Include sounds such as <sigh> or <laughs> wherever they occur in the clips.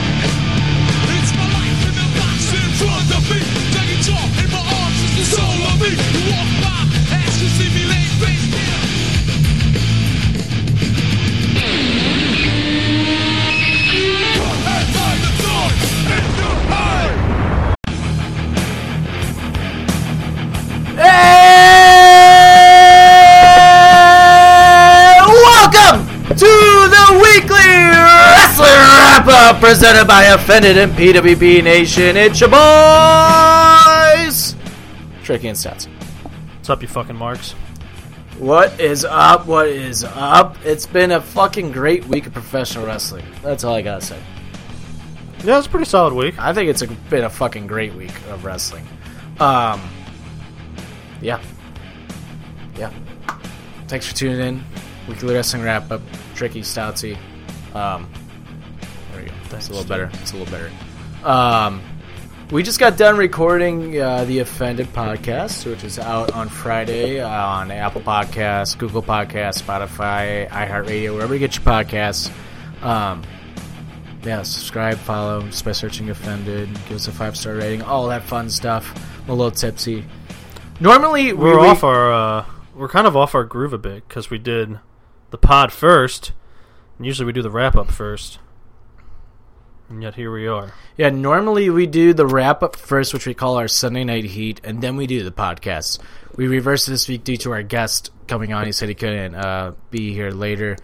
It's my life in a box in front of me. Taking off in my arms is the soul of me. You walk by, as you see me laid face down. Come and find the noise in your heart. And welcome to the weekly wrestler wrap up presented by Offended and PWP Nation. It's your boys. Tricky and Stats. What's up, you fucking marks? What is up? What is up? It's been a fucking great week of professional wrestling. That's all I gotta say. Yeah, it's a pretty solid week. I think it's a, been a fucking great week of wrestling. Um, yeah, yeah. Thanks for tuning in. Weekly wrestling wrap up. Tricky Stoutsy. Um, there we go. That's a little better. It's a little better. Um, we just got done recording uh, the Offended podcast, which is out on Friday uh, on Apple Podcasts, Google Podcasts, Spotify, iHeartRadio, wherever you get your podcasts. Um, yeah, subscribe, follow, just by searching offended, give us a five star rating, all that fun stuff. I'm a little tipsy. Normally we- We're we- off our, uh, we're kind of off our groove a bit because we did the pod first. And usually we do the wrap up first, and yet here we are. Yeah, normally we do the wrap up first, which we call our Sunday night heat, and then we do the podcast. We reversed this week due to our guest coming on. He said he couldn't uh, be here later,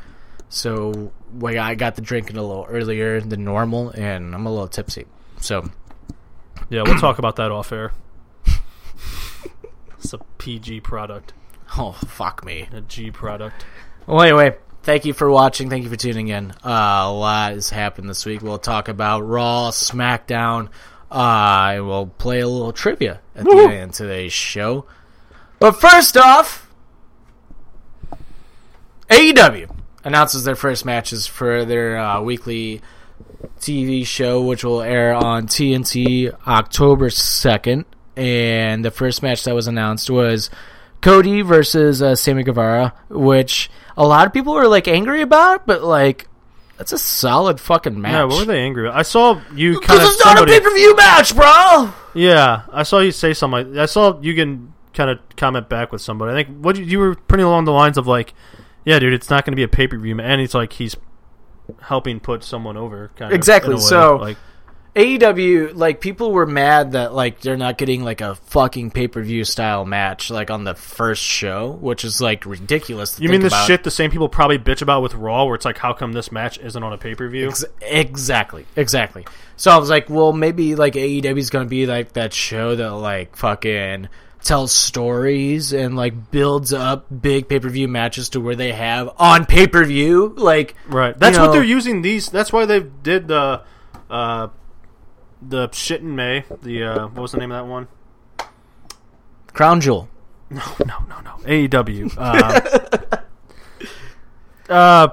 so we, I got the drinking a little earlier than normal, and I'm a little tipsy. So <laughs> Yeah, we'll talk about that off air. It's a PG product, oh fuck me. a G product. Well, anyway, thank you for watching. Thank you for tuning in. Uh, a lot has happened this week. We'll talk about Raw, SmackDown. Uh, and we'll play a little trivia at the end of today's show. But first off, AEW announces their first matches for their uh, weekly TV show, which will air on TNT October 2nd. And the first match that was announced was Cody versus uh, Sammy Guevara, which a lot of people were like angry about, but like that's a solid fucking match. Yeah, what were they angry? About? I saw you kind of This is not a somebody. pay per view match, bro. Yeah, I saw you say something. Like, I saw you can kind of comment back with somebody. I think what you, you were pretty along the lines of like, "Yeah, dude, it's not going to be a pay per view," and it's like he's helping put someone over. Kind of, Exactly, in a way. so- like, AEW, E like people were mad that like they're not getting like a fucking pay per view style match like on the first show, which is like ridiculous. To you think mean the about. shit the same people probably bitch about with Raw, where it's like, "How come this match isn't on a pay per view?" Ex- exactly, exactly. So I was like, well, maybe like AEW is gonna be like that show that like fucking tells stories and like builds up big pay per view matches to where they have on pay per view. Like, Right. That's what know- they're using these. That's why they did the, uh, the shit in May. The uh, what was the name of that one? Crown Jewel. no, no, no. AEW. Uh, <laughs> uh,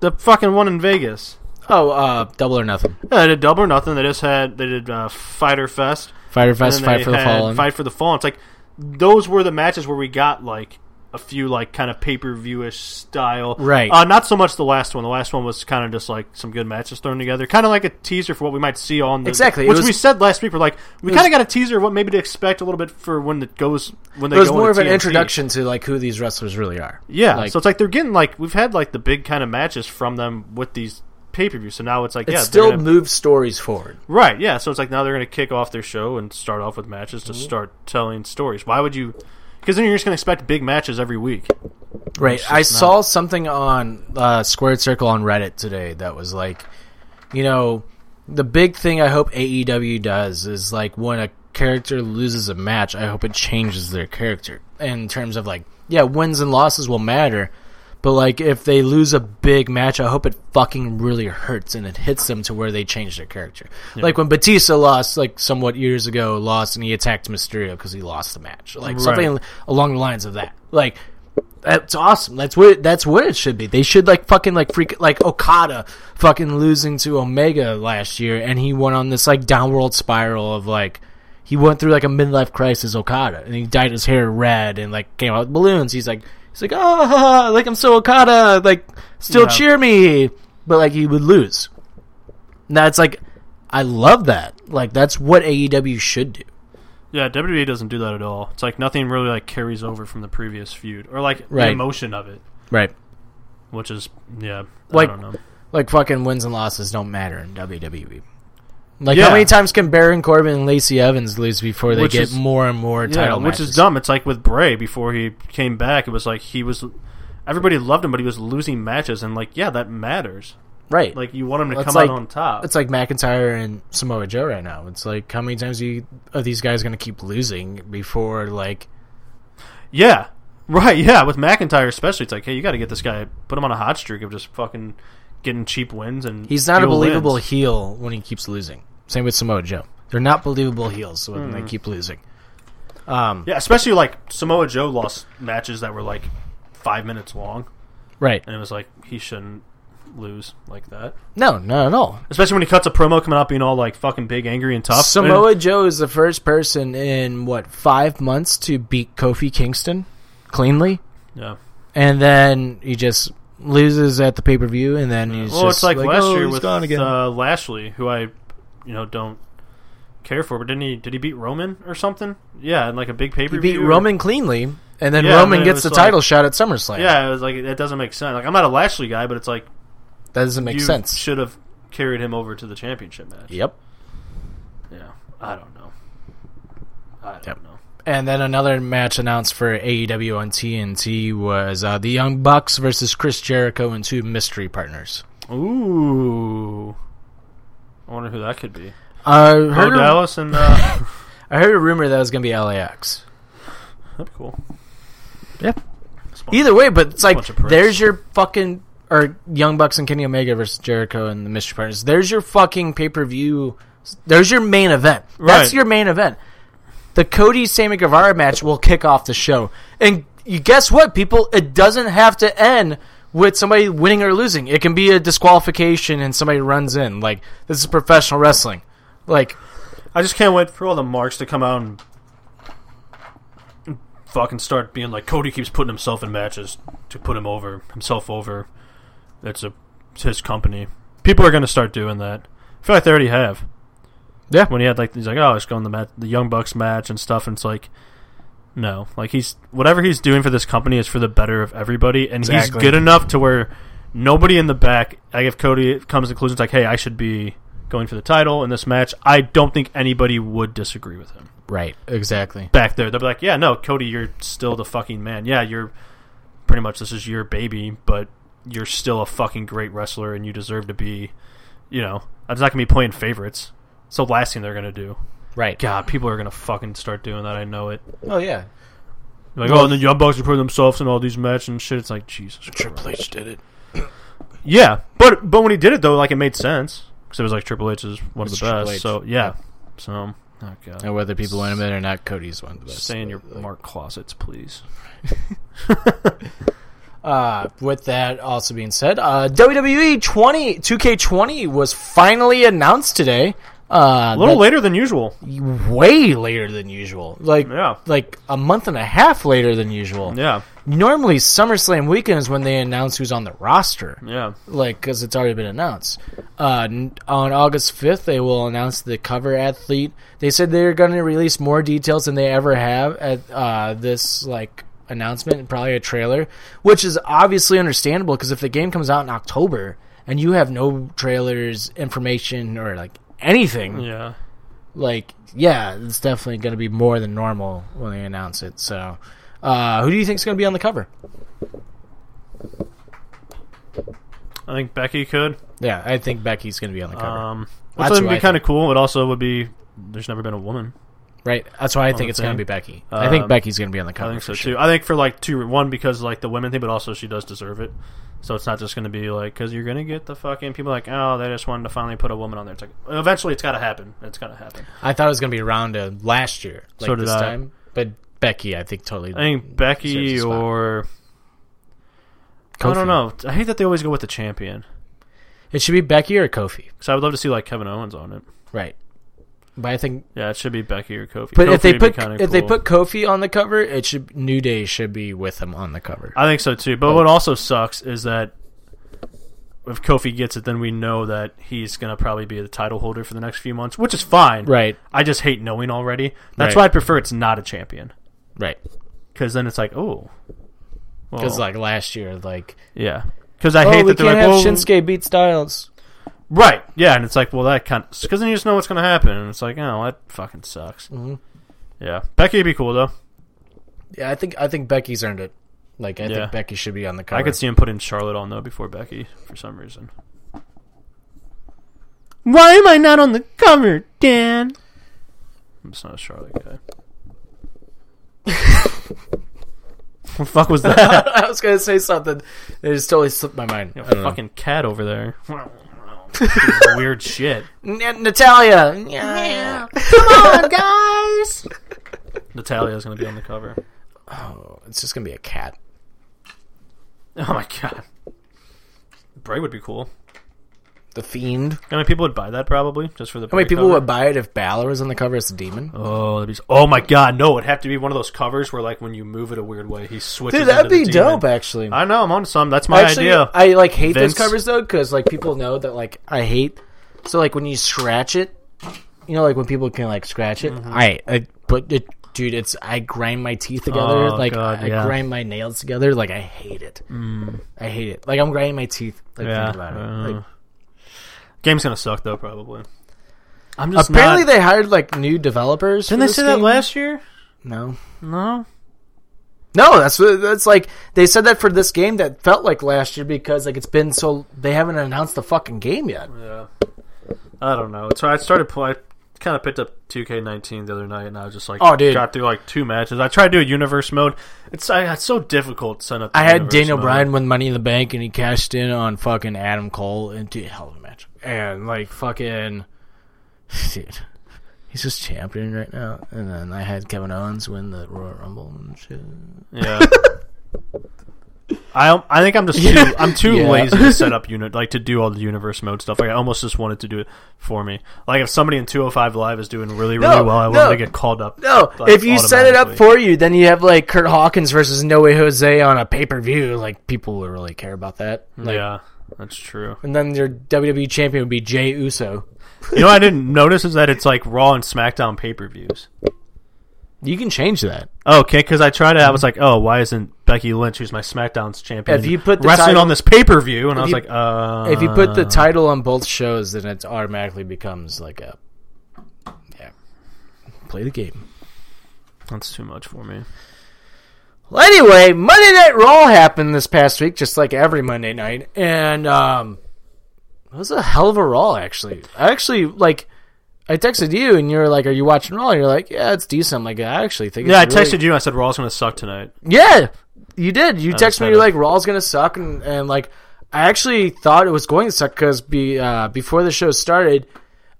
the fucking one in Vegas. Oh, uh, Double or Nothing. Yeah, they did double or nothing. They just had they did uh, Fighter Fest. Fighter and Fest, then they Fight for the had Fallen. Fight for the Fallen. It's like those were the matches where we got like a few like kind of pay per viewish style. Right. Uh, not so much the last one. The last one was kind of just like some good matches thrown together, kind of like a teaser for what we might see on the Exactly. It Which was- we said last week. We're like we kind of got a teaser of what maybe to expect a little bit for when it goes when they it was go more of into an TNT. introduction to like who these wrestlers really are. Yeah, Like- so it's like they're getting like we've had like the big kind of matches from them with these pay per view. So now it's like, It yeah, they're still gonna- moves stories forward. right, yeah. So it's like now they're going to kick off their show and start off with matches to start telling stories. Why would you? Because then you're just going to expect big matches every week. Right. I saw something on uh, Squared Circle on Reddit today that was like, you know, the big thing I hope AEW does is like when a character loses a match, I hope it changes their character in terms of like, yeah, wins and losses will matter. But like if they lose a big match, I hope it fucking really hurts and it hits them to where they change their character. Like when Batista lost, like somewhat years ago, lost and he attacked Mysterio because he lost the match, like something along the lines of that. Like that's awesome. That's what that's what it should be. They should like fucking like freak like Okada fucking losing to Omega last year, and he went on this like downward spiral of like he went through like a midlife crisis. Okada, and he dyed his hair red and like came out with balloons. He's like he's like ah like I'm so Okada like still cheer me, but like he would lose. And That's like I love that. Like that's what AEW should do. Yeah, WWE doesn't do that at all. It's like nothing really like carries over from the previous feud or like Right. the emotion of it, Right. which is yeah. Like- I don't know. like fucking wins and losses don't matter in WWE. Like Yeah. how many times can Baron Corbin and Lacey Evans lose before they Which get is- more and more Yeah, title which matches? is dumb. It's like with Bray before he came back. It was like he was everybody loved him, but he was losing matches, and like yeah, that matters. Right. Like Like you want him to It's come like- out on top. it's like McIntyre and Samoa Joe right now. It's like how many times you, are these guys going to keep losing before like yeah, right. Yeah, with McIntyre especially, it's like hey, you got to get this guy, put him on a hot streak of just fucking getting cheap wins, and he's not a heel believable wins. heel when he keeps losing. Same with Samoa Joe. They're not believable heels when they keep losing. Um, Yeah, especially like Samoa Joe lost matches that were like five minutes long, Right. and it was like he shouldn't lose like that. No, not at all. Especially when he cuts a promo coming out being all like fucking big, angry, and tough. Samoa Joe is the first person in what five months to beat Kofi Kingston cleanly, yeah. and then he just loses at the pay per view, and then he's Well, just it's like, last oh, year he's with gone again. Uh, Lashley, who I, you know, don't care for. But didn't he? Did he beat Roman or something? Yeah, in like a big pay per he view. beat Roman cleanly, and then Yeah, Roman and it gets the was title like- shot at SummerSlam. Yeah, it was like that doesn't make sense. Like I'm not a Lashley guy, but it's like that doesn't make you sense. should have carried him over to the championship match. Yep. Yeah, I don't know. I don't Yep. know. And then another match announced for AEW on TNT was uh, the Young Bucks versus Chris Jericho and two mystery partners. Ooh, I wonder who that could be. I Bo heard, a, Oh, Dallas <laughs> and uh, I heard a rumor that was going to be LAX. that'd be cool. Either way, but it's like bunch of pricks. there's your fucking or Young Bucks and Kenny Omega versus Jericho and the Mystery Partners. There's your fucking pay per view. There's your main event. That's Right. your main event. The Cody Sammy Guevara match will kick off the show, and you guess what, people? It doesn't have to end with somebody winning or losing. It can be a disqualification and somebody runs in. Like this is professional wrestling. Like I just can't wait for all the marks to come out and fucking start being like Cody keeps putting himself in matches to put him over himself over. It's a it's his company. People are gonna start doing that. I feel like they already have. Yeah. When he had like he's like, oh, it's going the mat- the Young Bucks match and stuff, and it's like, no, like he's whatever he's doing for this company is for the better of everybody, and Exactly. he's good enough to where nobody in the back. Like if Cody comes to the conclusion, it's like, hey, I should be going for the title in this match. I don't think anybody would disagree with him right, exactly. back there. They'll be like, yeah, no, Cody, you're still the fucking man. Yeah, you're pretty much this is your baby, but you're still a fucking great wrestler and you deserve to be, you know, it's not going to be playing favorites. It's the last thing they're going to do. Right. God, people are going to fucking start doing that. I know it. Oh yeah. Like, oh, and the Young Bucks are putting themselves in all these matches and shit. It's like, Jesus Christ. Triple H did it. Yeah, but but when he did it, though, like, it made sense. Because it was like Triple H is one It's of the best. Triple H. So, yeah. So, oh, God. And whether people want him in or not, Cody's one of the best. Stay in your mark closets, please. Uh, with that also being said, uh, WWE 20, 2K20 was finally announced today. Uh, A little that- later than usual. way later than usual. Like, Yeah. like a month and a half later than usual. Yeah. Normally, SummerSlam weekend is when they announce who's on the roster, Yeah. like because it's already been announced. Uh, n- on August fifth, they will announce the cover athlete. They said they're going to release more details than they ever have at uh, this like announcement, and probably a trailer, which is obviously understandable because if the game comes out in October and you have no trailers, information, or like anything, Yeah. like yeah, it's definitely going to be more than normal when they announce it. So, uh, who do you think's going to be on the cover? I think Becky could. Yeah, I think Becky's going to be on the cover. Um, That's which who would I be kind of cool. It also would be. There's never been a woman. right, that's why I think the it's going to be thing. Becky. I think Um, Becky's going to be on the cover. I think so Oh, for sure. too. I think for like two, one because like the women thing, but also she does deserve it. So it's not just going to be like because you're going to get the fucking people like oh they just wanted to finally put a woman on there. It's like eventually it's got to happen. It's got to happen. I thought it was going to be Ronda last year, like So did this I. time. But Becky, I think totally. I think deserves Becky a Mm, spot. or I Kofi. don't know. I hate that they always go with the champion It should be Becky or Kofi, because I would love to see like Kevin Owens on it. right? But I think, Yeah, it should be Becky or Kofi. but Kofi if they would be put kinda if they cool. put Kofi on the cover, it should New Day should be with him on the cover. I think so too. But Oh. what also sucks is that if Kofi gets it, then we know that he's going to probably be the title holder for the next few months, which is fine. Right. I just hate knowing already. That's Right. why I prefer it's not a champion right, because then it's like, oh, well, because like last year, like yeah, because I oh, hate we that can't they're like, have well, Shinsuke beat Styles. right, yeah, and it's like, well, that kind of because then you just know what's going to happen, and it's like, oh, that fucking sucks. Mm-hmm. Yeah, Becky would be cool though. Yeah, I think I think Becky's earned it. Like I Yeah. think Becky should be on the cover. I <laughs> could see him putting Charlotte on though before Becky for some reason. Why am I not on the cover, Dan? I'm just not a Charlotte guy. <laughs> what the fuck was that? I was gonna say something. It just totally slipped my mind. A fucking cat over <laughs> there. Doing Weird shit. N- Natalia. Yeah. Come on, guys. Natalia's gonna be on the cover. It's just gonna be a cat. Oh my god. Bray would be cool. The fiend. I mean, people would buy that probably just for the. How many people would buy it if Balor was on the cover as the demon? Oh, that'd be, oh my god, no! It'd have to be one of those covers where, like, when you move it a weird way, he switches. Dude, that'd into the be demon. dope. Actually, I know I'm on some. That's my actually, idea. I like hate Vince. those covers though because like people know that like I hate. So like when you scratch it, you know, like when people can like scratch it. Mm-hmm. I, I but it, dude, it's I grind my teeth together. Oh, like God, I, yeah. Mm. grind my nails together. Like I hate it. I hate it. Like I'm grinding my teeth. Like Yeah, think about it. uh, Like, Game's gonna suck though, probably. I'm just apparently Not, they hired like new developers. didn't for they this say that game. last year? No. No. No, that's that's like they said that for this game that felt like last year because like it's been so they haven't announced the fucking game yet. Yeah. I don't know. So I started play. Kind of picked up 2K19 the other night, and I was just like, Oh, dude. got through like two matches. I tried to do a universe mode. It's I, it's so difficult to send up. I had universe Daniel mode. Bryan win Money in the Bank and he cashed in on fucking Adam Cole and dude, hell of a match. And like fucking dude. He's just champion right now. And then I had Kevin Owens win the Royal Rumble and shit. Yeah. <laughs> I I think I'm just too, I'm too Yeah. lazy <laughs> to set up unit like to do all the universe mode stuff. Like I almost just wanted to do it for me. Like if somebody in 205 live is doing really really No, well, I no. want to get called up. No, like, if you set it up automatically. for you, then you have like Kurt Hawkins versus No Way Jose on a pay per view. Like people would really care about that. Like, yeah, <laughs> that's true. And then your WWE champion would be Jay Uso. You know, what I didn't notice is that it's like Raw and SmackDown pay per views. You can change that. Oh, Okay, because I tried it. I was like, oh, why isn't Becky Lynch, who's my SmackDown's champion, If you put the wrestling title- on this pay per view? And I was you- like, uh, If you put the title on both shows, then it automatically becomes like a yeah. Play the game. that's too much for me. Well, anyway, Monday Night Raw happened this past week, just like every Monday night, and um, it was a hell of a Raw. Actually, I actually like. I texted you, and you're like, "Are you watching Raw?" And you're like, "Yeah, it's decent." I'm like, "I actually think." Yeah, I it's really- texted you. I said Raw's gonna suck tonight. Yeah, you did. You texted me kind you're like of- Raw's gonna suck, and, and like I actually thought it was going to suck because be uh, before the show started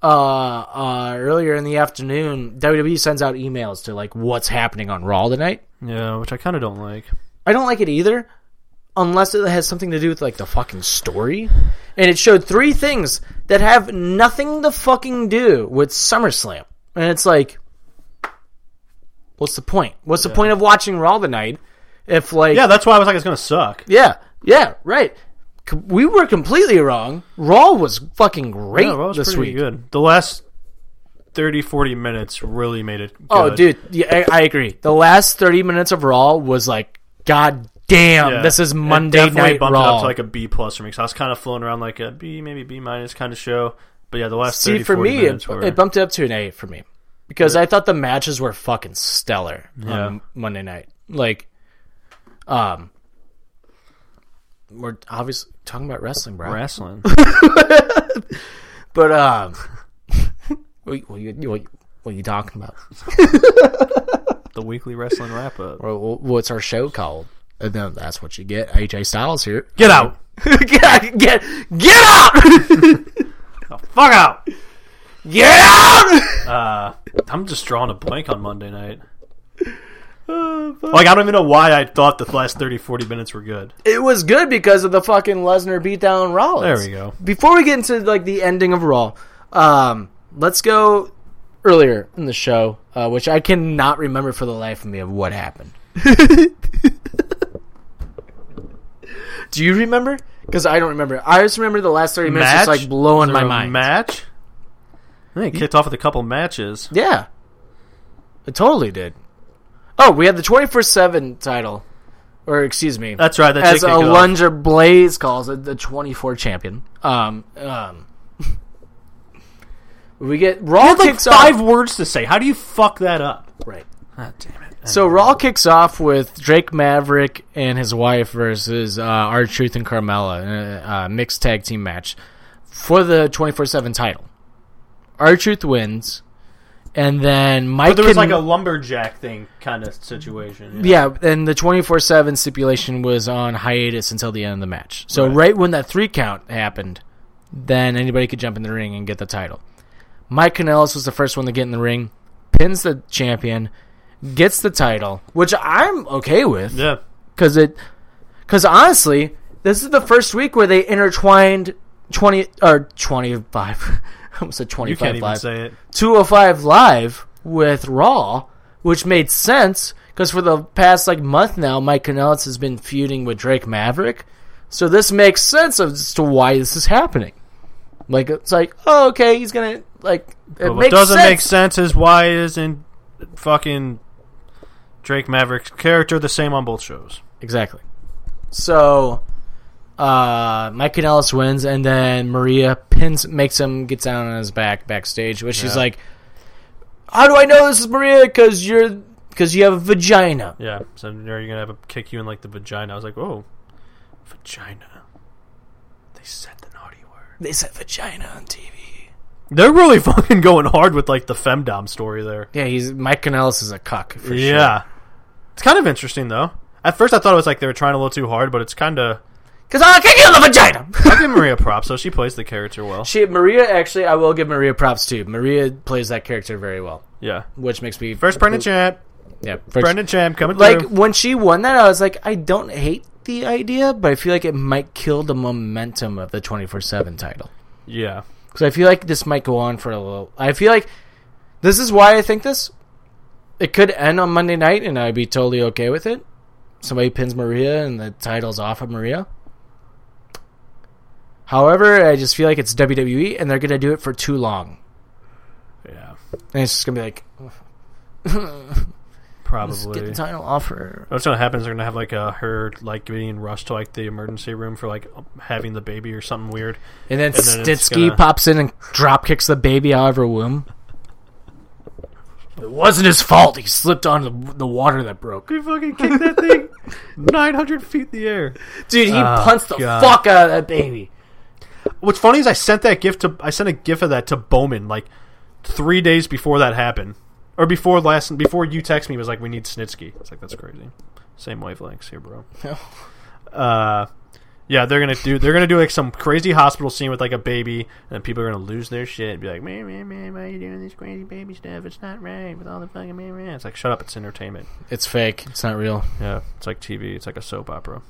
uh, uh, earlier in the afternoon, WWE sends out emails to like what's happening on Raw tonight. Yeah, which I kind of don't like. I don't like it either, unless it has something to do with like the fucking story. And it showed three things that have nothing to fucking do with SummerSlam, and it's like. What's the point? What's the point of watching Raw tonight if like Yeah, that's why I was like, it's gonna suck. Yeah, yeah, right. C- We were completely wrong. Raw was fucking great Yeah, Raw's this pretty week. good. The last 30, 40 minutes really made it. Oh, good. dude, yeah, I, I agree. The last thirty minutes of Raw was like, god damn, Yeah. this is It Monday definitely Night bumped it Raw. up to like a B plus for me because I was kind of floating around like a B, maybe B minus kind of show. But yeah, the last See, 30, for 40 me, minutes it, were, it bumped it up to an A for me because I thought the matches were fucking stellar on Monday night. Like, um, we're obviously talking about wrestling, bro. <laughs> wrestling. But um, <laughs> what, what, you, what, what you talking about? the weekly wrestling wrap up. <laughs> Or wh- what's our show called? And then that's what you get. AJ Styles here. Get out! get out! <laughs> Get, get out! Fuck out! get out! I'm just drawing a blank on <laughs> Monday night. Oh, like I don't even know why I thought the last 30, 40 minutes were good. it was good because of the fucking Lesnar beatdown on Rollins. There we go. Before we get into like the ending of Raw, um, let's go earlier in the show, uh, which I cannot remember for the life of me of what <laughs> happened. Do you remember? Because I don't remember. I just remember the last thirty minutes just like blowing Was my there a mind. Match. I think it kicked off with a couple matches. Yeah, it totally did. Oh, we had the twenty four seven title, or excuse me, That's right. That as did a kick it off. Lunger Blaze calls it, the 24 champion. Um, um, <laughs> we get Raw That's like kicks five off. words to say. How do you fuck that up? Right. Ah, damn it. So Raw kicks off with Drake Maverick and his wife versus our Truth and Carmella in a uh, mixed tag team match for the 24 7 title. Our Truth wins, and then Mike. But there was Kin- like a lumberjack thing kind of situation. Yeah. Yeah, and the 24 7 stipulation was on hiatus until the end of the match. So, right. when that three count happened, then anybody could jump in the ring and get the title. Mike Kanellis was the first one to get in the ring, pins the champion, gets the title, which I'm okay with Yeah. because it because honestly this is the first week where they intertwined 20 or 25 <laughs> I almost said 25 You can't even live. say it. 205 live with Raw, which made sense because for the past like month now, Mike Kanellis has been feuding with Drake Maverick, so this makes sense as to why this is happening. Like it's like, oh, okay, he's gonna like. It But what makes doesn't sense. make sense is why isn't fucking Drake Maverick's character the same on both shows? Exactly. So, uh, Mike Kanellis wins, and then Maria pins makes him get down on his back backstage, which she's like, "How do I know this is Maria? Because you're because you have a vagina." Yeah. So now you're gonna have a kick you in like the vagina. I was like, whoa, vagina. They said the naughty word. They said vagina on TV. They're really <laughs> fucking going hard with like the femdom story there. Yeah, he's Mike Kanellis is a cuck. For sure. Yeah. It's kind of interesting though. At first, I thought it was like they were trying a little too hard, but it's kind of. because I'll kick you in the vagina. <laughs> I give <laughs> Maria props, so she plays the character well. she Maria actually, I will give Maria props too. Maria plays that character very well, Yeah. which makes me First Brendan champ. Yeah, first- Brendan champ coming like through. when she won that, I was like, I don't hate the idea, but I feel like it might kill the momentum of the twenty four seven title. Yeah. So I feel like this might go on for a little. I feel like this is why I think this. It could end on Monday night, and I'd be totally okay with it. Somebody pins Maria, and the title's off of Maria. However, I just feel like it's WWE, and they're gonna do it for too long, Yeah. and it's just gonna be like, Probably. get the title off her. What's gonna happen is they're gonna have like a her like being rushed to like the emergency room for like having the baby or something <laughs> weird. And then, then it's Stitsky gonna- pops in and drop kicks the baby out of her womb. It wasn't his fault. He slipped on the, the water that broke. He fucking kicked that <laughs> thing nine hundred feet in the air. Dude, he punched the Oh, God. fuck out of that baby. What's funny is I sent that gift to I sent a gif of that to Bowman like three days before that happened, or before last before you text me it was like we need Snitsky. It's like that's crazy. Same wavelengths <laughs> here, bro. Uh, yeah, they're gonna do they're gonna do like some crazy hospital scene with like a baby, and then people are gonna lose their shit and be like, man, man, man, why are you doing this crazy baby stuff? It's not right with all the fucking man, man. It's like shut up, it's entertainment. It's fake. It's not real. Yeah, it's like TV. It's like a soap opera.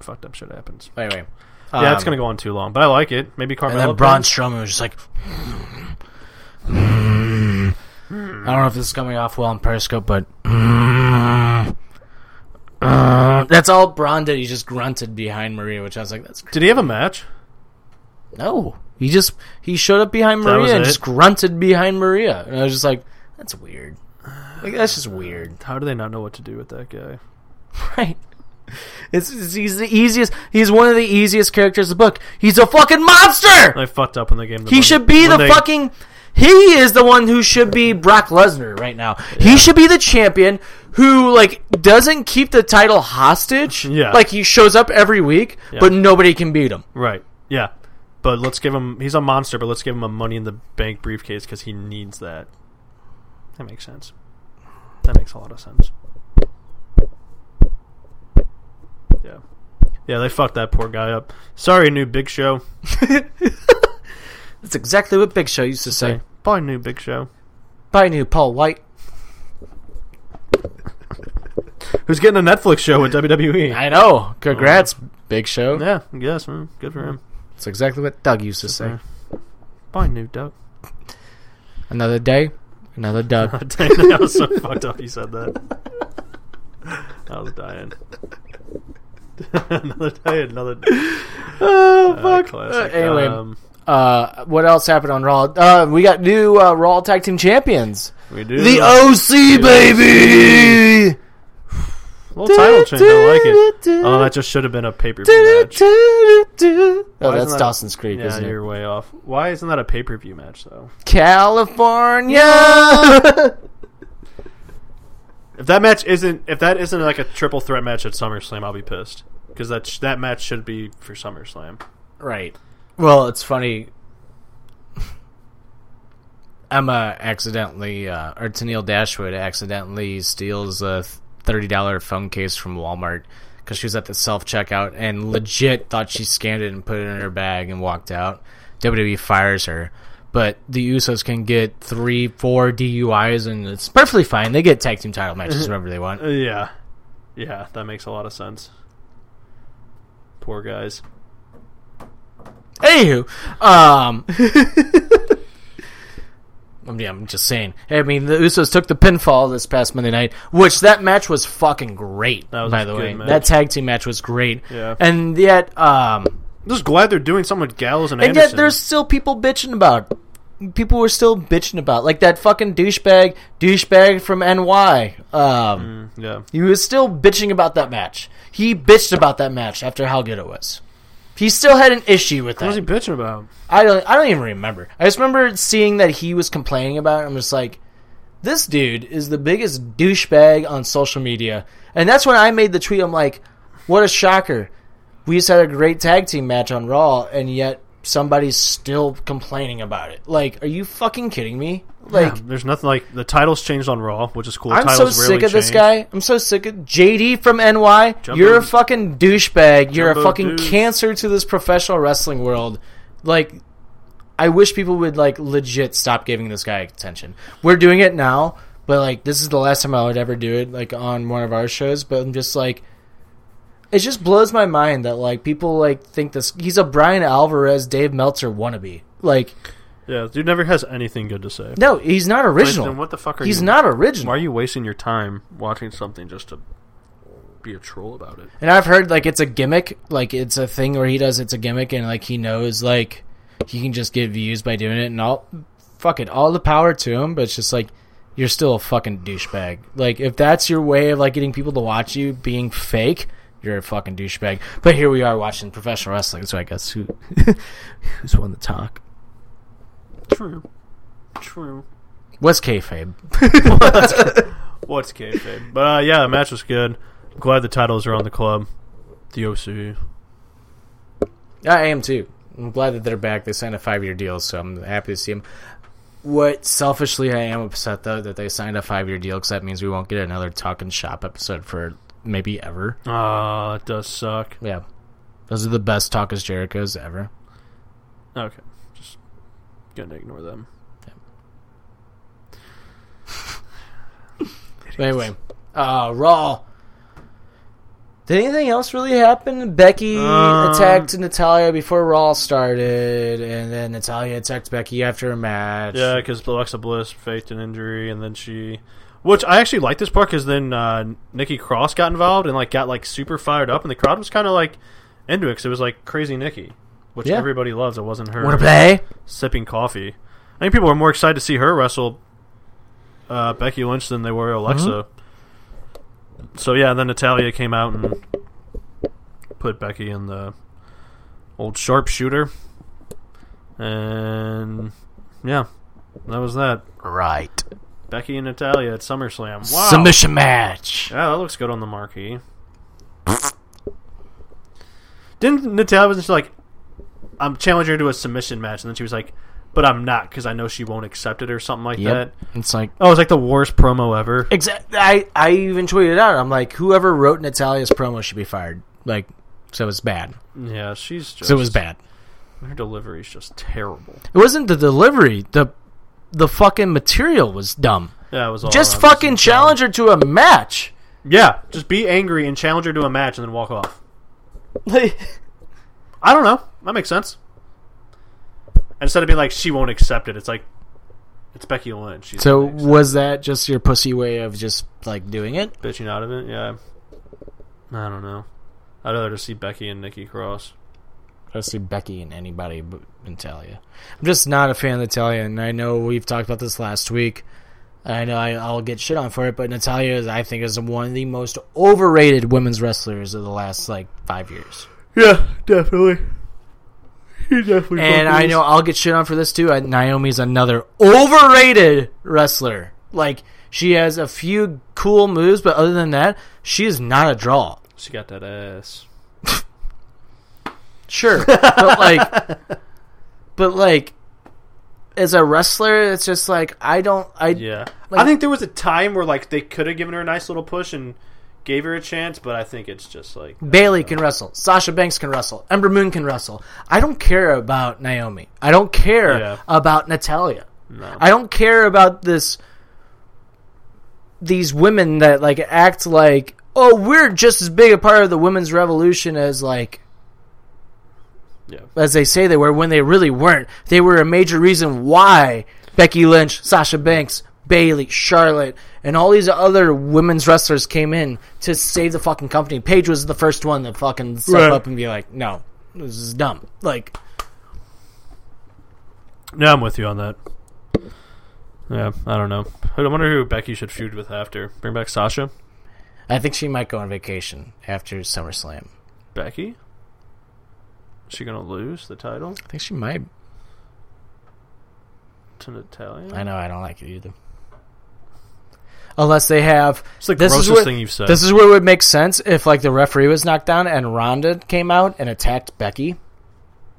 Fucked up shit happens. Anyway. Yeah, it's gonna go on too long, but I like it. Maybe Carmelo. Um, And then Braun Strowman was just like. "Mm." I don't know if this is coming off well on Periscope, but. "Mm." that's all Braun did. He just grunted behind Maria, which I was like, that's Did he have a match? No, he just he showed up behind That was Maria and it? just grunted behind Maria, and I was just like, "That's weird. <laughs> Like that's just weird, How do they not know what to do with that guy? right?" It's, it's- he's the easiest. He's one of the easiest characters in the book. He's a fucking monster. I fucked up when they gave him. The He money. should be When the they- fucking. He is the one who should be Brock Lesnar right now. He should be the champion who like doesn't keep the title hostage. Yeah. like he shows up every week, but nobody can beat him. Right. Yeah. But let's give him. He's a monster, but let's give him a money in the bank briefcase because he needs that. That makes sense. That makes a lot of sense. Yeah. Yeah, they fucked that poor guy up. Sorry, new Big Show. That's exactly what Big Show used to say. Bye, new Big Show. Bye, new Paul White. Who's getting a Netflix show with WWE? I know. Congrats, Mm-hmm. Big Show. Yeah, I guess, man. Good for him. That's exactly what Doug used to say. Bye, new Doug. Another day, another <laughs> Doug. Dang, that was so fucked up you said that. I was dying. <laughs> another day, another <laughs> oh uh, classic. Uh, anyway. Um, Uh, what else happened on Raw? Uh, we got new uh, Raw Tag Team Champions. we do The OC, baby. little title change. I like it. Oh, that just should have been a pay per view match. Oh, that's isn't that- Dawson's Creek, Yeah, isn't you're it? way off. Why isn't that a pay per view match though? <laughs> California. If that match isn't, if that isn't like a triple threat match at SummerSlam, I'll be pissed because that sh- that match should be for SummerSlam. Right. Well, it's funny. Emma accidentally, uh, or Tennille Dashwood accidentally steals a $30 phone case from Walmart because she was at the self checkout and legit thought she scanned it and put it in her bag and walked out. WWE fires her. But the Usos can get three, four DUIs, and it's perfectly fine. They get tag team title matches whenever they want. Uh, yeah, yeah, that makes a lot of sense. Poor guys. Anywho, um, I mean, I'm just saying. I mean, the Usos took the pinfall this past Monday night, which that match was fucking great. That was by a the good way, match. that tag team match was great. Yeah. and yet, um, I'm just glad they're doing something with Gallows and, and Anderson. yet, there's still people bitching about. it. People were still bitching about, like that fucking douchebag, douchebag from NY. Um, yeah, he was still bitching about that match. He bitched about that match after how good it was. He still had an issue with that. what was he bitching about? I don't I don't even remember. I just remember seeing that he was complaining about it. I'm just like, this dude is the biggest douchebag on social media. And that's when I made the tweet. I'm like, what a shocker. We just had a great tag team match on Raw, and yet somebody's still complaining about it. Like, are you fucking kidding me? Like, Yeah, there's nothing like the titles changed on Raw, which is cool. I'm so titles sick rarely of this change. guy. I'm so sick of JD from NY. You're a fucking douchebag. You're a Jumbo fucking douche. cancer to this professional wrestling world. Like, I wish people would like legit stop giving this guy attention. We're doing it now, but like this is the last time I would ever do it, like on one of our shows. But I'm just like, it just blows my mind that like people like think this. He's a Brian Alvarez, Dave Meltzer wannabe. Like, Yeah, dude never has anything good to say. no, he's not original. then what the fuck are he's you- not original. Why are you wasting your time watching something just to be a troll about it? And I've heard like it's a gimmick, like it's a thing where he does it's a gimmick, and like he knows like he can just get views by doing it, and all fuck it, all the power to him. But it's just like you're still a fucking douchebag. Like if that's your way of like getting people to watch you being fake, you're a fucking douchebag. But here we are watching professional wrestling, so I guess who <laughs> who's one to talk? True. True. What's kayfabe? What's kayfabe? But uh, yeah, the match was good. glad the titles are on the club. The OC. I am too. I'm glad that they're back. They signed a five year deal, so I'm happy to see them. What selfishly I am upset though that they signed a five year deal because that means we won't get another Talk and Shop episode for maybe ever. Ah, it does suck. Yeah, those are the best Talk as Jericho's ever. Okay, just gonna ignore them. But anyway, uh, Raw. Did anything else really happen? Becky Um, attacked Natalia before Raw started, and then Natalia attacked Becky after a match. Yeah, because Alexa Bliss faked an injury, and then she, which I actually like this part, because then uh, Nikki Cross got involved and like got like super fired up, and the crowd was kind of like into it because it was like crazy Nikki, which Yeah. everybody loves. It wasn't her Want to play? sipping coffee. I think people were more excited to see her wrestle uh, Becky Lynch than they were Alexa. So yeah, then Natalia came out and put Becky in the old sharpshooter, and yeah, that was that. Right. Becky and Natalia at SummerSlam. Wow. Submission match. Yeah, that looks good on the marquee. Didn't Natalia wasn't she like, I'm challenging her to a submission match, and then she was like, but I'm not because I know she won't accept it or something like that. Yep. It's like Oh, it's like the worst promo ever. Exactly. I, I even tweeted out. I'm like, whoever wrote Natalia's promo should be fired. Like, so it's bad. Yeah, she's just So it was bad. Her delivery's just terrible. It wasn't the delivery. The the fucking material was dumb. Yeah, it was all Just around fucking challenge her to a <laughs> match. Yeah, just be angry and challenge her to a match and then walk off. Like, I don't know. That makes sense. Instead of being like she won't accept it, it's like it's Becky Lynch. She's so gonna was that just your pussy way of just like doing it? accept- bitching out of it. Yeah, I don't know. I'd rather see Becky and Nikki Cross. I don't see Becky and anybody but Natalia. I'm just not a fan of Natalia, and I know we've talked about this last week. I know I, I'll get shit on for it, but Natalia, is, I think, is one of the most overrated women's wrestlers of the last like five years. Yeah, definitely. She definitely. And I know I'll get shit on for this too. I, Naomi's another overrated wrestler. Like she has a few cool moves, but other than that, she is not a draw. she got that ass. Sure, but like, but like, as a wrestler, it's just like I don't. I Yeah, Like- I think there was a time where like they could have given her a nice little push and gave her a chance, but I think it's just like Bailey can wrestle. Sasha Banks can wrestle. Ember Moon can wrestle. I don't care about Naomi. I don't care Yeah. about Natalia. I don't care about this these women that like act like oh we're just as big a part of the women's revolution as like yeah. as they say they were when they really weren't. They were a major reason why Becky Lynch, Sasha Banks, Bailey, Charlotte, and all these other women's wrestlers came in to save the fucking company. Paige was the first one to fucking step Right. up and be like, "No, this is dumb." Like, Yeah, I'm with you on that. Yeah, I don't know. I wonder who Becky should feud with after. Bring back Sasha? I think she might go on vacation after SummerSlam. Becky? Is she gonna lose the title I think she might. to Natalia? I know I don't like it either. Unless they have It's the this is grossest what- thing you've said. This is where it would make sense if like the referee was knocked down and Ronda came out and attacked Becky.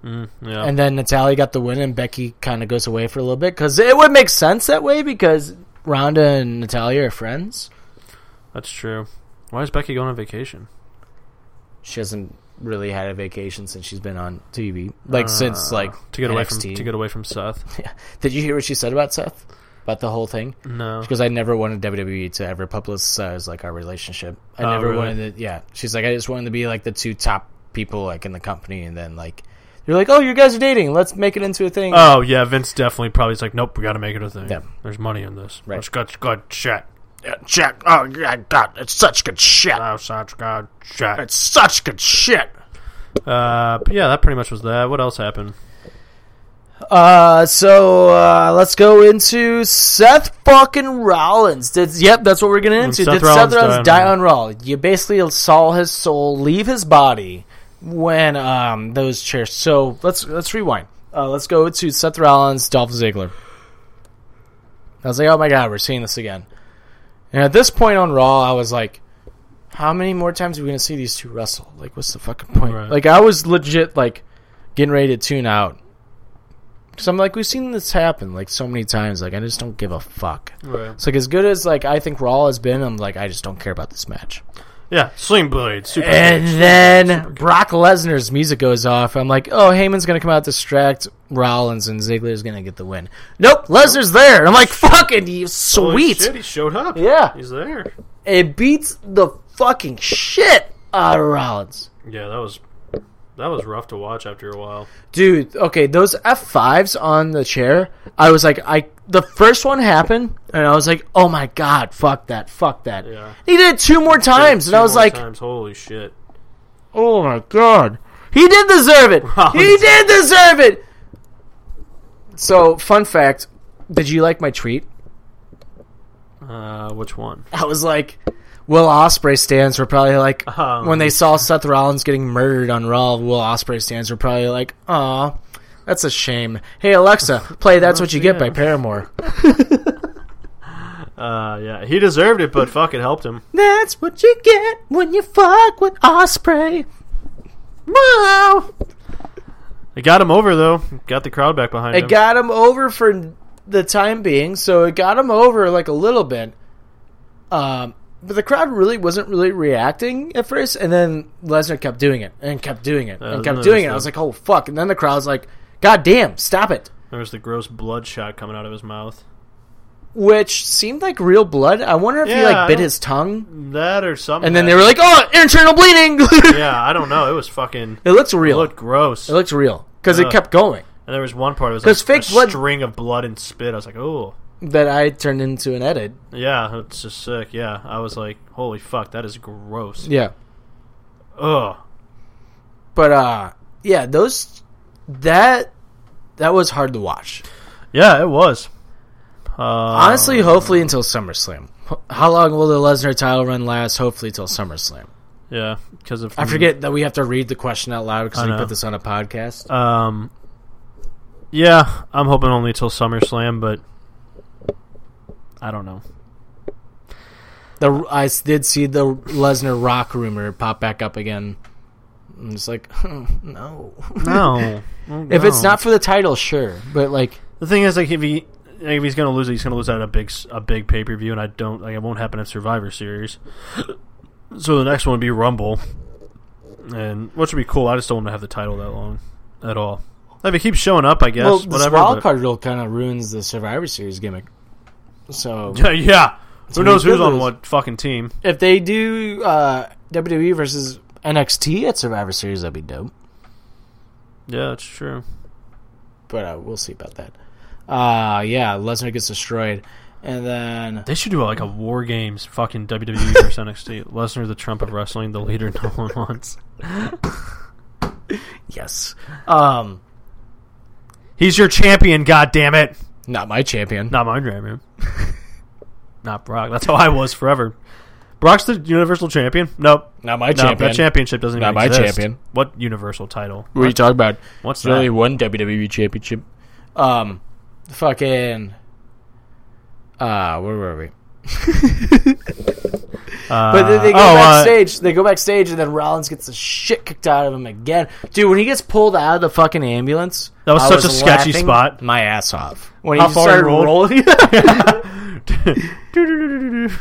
yeah. And then Natalia got the win, and Becky kind of goes away for a little bit because it would make sense that way because Ronda and Natalia are friends. That's true. Why is Becky going on vacation? She hasn't really had a vacation since she's been on TV, like since like Uh, To get away from NXT. to get away from Seth. <laughs> Did you hear what she said about Seth? About the whole thing? No. Because I never wanted WWE to ever publicize like our relationship. I Oh, never really? wanted to. Yeah, she's like, I just wanted to be like the two top people like in the company, and then like they're like, oh, you guys are dating. Let's make it into a thing. Oh yeah, Vince definitely probably is like, Nope, we gotta make it a thing. Yeah. There's money in this. Right. It's good good shit. Jack. Oh, yeah, God, it's such good shit. Oh, such good shit. such good shit. Uh but yeah, that pretty much was that. What else happened? Uh, so uh, let's go into Seth fucking Rollins. Did, yep, that's what we're getting into. Seth Did Rollins Seth Rollins die on die on Raw? You basically saw his soul leave his body when um those chairs. So let's let's rewind. Uh, let's go to Seth Rollins, Dolph Ziggler. I was like, oh my god, we're seeing this again. And at this point on Raw, I was like, how many more times are we gonna see these two wrestle? Like, what's the fucking point? Right. Like, I was legit like getting ready to tune out. Cause I'm like, we've seen this happen like so many times. Like, I just don't give a fuck. Right. It's like as good as like I think Raw has been. I'm like, I just don't care about this match. Yeah, Sling Blade, Super And then Brock Lesnar's music goes off. I'm like, oh, Heyman's gonna come out distract Rollins, and Ziggler's gonna get the win. Nope, Lesnar's there. And I'm like, fucking you- Holy sweet. shit, he showed up. Yeah. He's there. It beats the fucking shit out of Rollins. Yeah, that was that was rough to watch after a while. Dude, okay, those F5s on the chair, I was like, I the first one happened, and I was like, oh my god, fuck that, fuck that. Yeah. He did it two more times, and Two I was more like, times, holy shit. oh my god. He did deserve it. He did deserve it. So, fun fact did you like my tweet? Uh, which one? I was like, Will Osprey stands were probably like Um. when they saw Seth Rollins getting murdered on Raw. Will Osprey stands were probably like, "Aw, that's a shame." Hey Alexa, play "That's What You Get" by Paramore. Uh, yeah, he deserved it, but fuck, it helped him. That's what you get when you fuck with Osprey. Wow. It got him over though. Got the crowd back behind It him. got him over for the time being, so it got him over like a little bit. Um, but the crowd really wasn't really reacting at first, and then Lesnar kept doing it and kept doing it I and kept noticed doing it. I that. was like, "Oh fuck!" And then the crowd's like, "God damn, stop it!" there was the gross bloodshot coming out of his mouth. Which seemed like real blood. I wonder if he Yeah, I like bit don't- his tongue, That or something. and then they were like, "Oh, internal bleeding." <laughs> yeah, I don't know. It was fucking. it looks It real. looked gross. it looks real because it Ugh. kept going. and there was one part. It was like 'Cause fake a blood- string of blood and spit. I was like, oh, That I turned into an edit. yeah, it's just sick. Yeah, I was like, holy fuck, that is gross. Yeah. Ugh. But uh yeah, those that that was hard to watch. Yeah, it was. Uh, Honestly, hopefully until SummerSlam. H- How long will the Lesnar title run last? Hopefully till SummerSlam. yeah, because of I forget that we have to read the question out loud because Mm-hmm. I we know. put this on a podcast. Um, yeah, I'm hoping only till SummerSlam, but I <laughs> don't know. the I s- did see the Lesnar Rock rumor pop back up again. I'm just like, <laughs> <laughs> no. No, If it's not for the title, sure, but like, the thing is, like if he like, if he's gonna lose it, he's gonna lose it at a big s- a big pay per view, and I don't like it won't happen at Survivor Series. <clears throat> So the next one would be Rumble, and which would be cool. I just don't want to have the title that long at all. If it keeps showing up, I guess well, this whatever. wild but- card rule kind of ruins the Survivor Series gimmick. So <laughs> Yeah, yeah. Who what knows he who's did on was- what fucking team? if they do uh, WWE versus NXT at Survivor Series, that'd be dope. Yeah, that's true. But uh, we'll see about that. Uh, yeah, Lesnar gets destroyed, and then They should do like a War Games fucking WWE versus <laughs> NXT. Lesnar, the Trump of wrestling, the leader no one <laughs> wants. yes, um, He's your champion, goddammit. not my champion. Not my champion. <laughs> Not Brock. That's how I was forever. Brock's the Universal Champion? Nope. Not my No, that championship doesn't Not even my exist. champion. What Universal title? What are you talking about? What's There's only that? one WWE championship. Um, fucking. Uh, where were we? Uh, But then they go oh, uh, backstage. they go backstage, and then Rollins gets the shit kicked out of him again. Dude, when he gets pulled out of the fucking ambulance, That was I such a sketchy laughing spot. My ass off when How he far he started rolled? rolling. and then,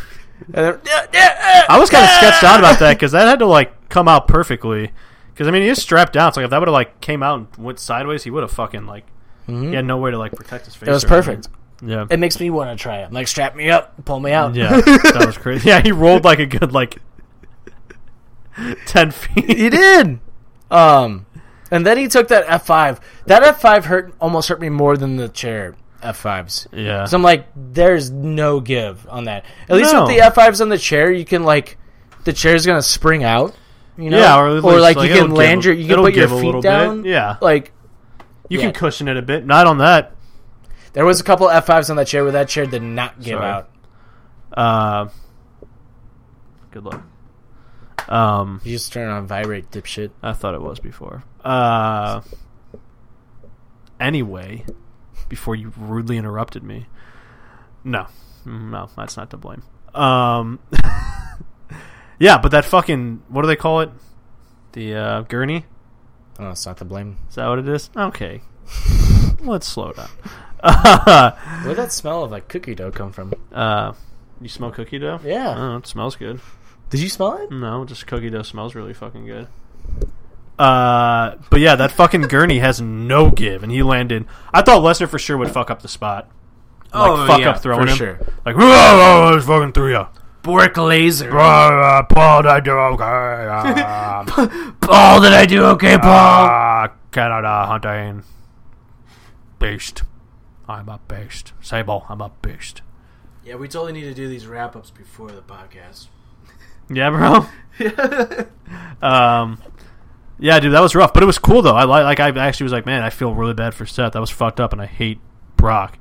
<laughs> I was kind of sketched <laughs> out about that because that had to like come out perfectly. Because I mean, he is strapped down. So like, if that would have like came out and went sideways, he would have fucking like he had no way to like protect his face. Mm-hmm. it was or anything. perfect. Yeah. It makes me want to try it. I'm like, strap me up, pull me out. <laughs> Yeah, that was crazy. Yeah, he rolled like a good like ten feet. He did. Um, and then he took that F five. That F five hurt almost hurt me more than the chair F fives. Yeah, So I'm like, there's no give on that. At least No. with the F fives on the chair, you can like, the chair's gonna spring out. You know? Yeah, or at least, like, like, you can it'll land give- your, you can it'll put your give a feet little down. bit, yeah. like you yeah. can cushion it a bit. Not on that. there was a couple F fives on that chair where that chair did not give Sorry. out. Uh, good luck. Um, You just turn it on vibrate, dipshit. I thought it was before. Uh, anyway, before you rudely interrupted me. No, Mm, no, that's not to blame. Um, <laughs> yeah, but that fucking what do they call it? The uh, gurney. Oh, it's not to blame. Is that what it is? Okay. <laughs> Let's slow down. <laughs> Uh, Where'd that smell of like cookie dough come from? you smell cookie dough? Yeah. Oh, it smells good. Did you smell it? No, just cookie dough smells really fucking good. Uh, but yeah, that fucking gurney has no give, and he landed. I thought Lesnar for sure would fuck up the spot. Like, Oh, fuck yeah, up throwing for him. sure. Like, whoa, whoa, whoa, it's fucking threw you. Boric laser. Uh, Paul, did I do <laughs> okay? Uh, Paul, did I do okay, Paul? uh, Canada hunting. Beast. I'm a beast. Sable, I'm a beast. yeah, we totally need to do these wrap ups before the podcast. Yeah, bro. <laughs> um, yeah, dude, that was rough, but it was cool though. I li- like, I actually was like, man, I feel really bad for Seth. That was fucked up, and I hate Brock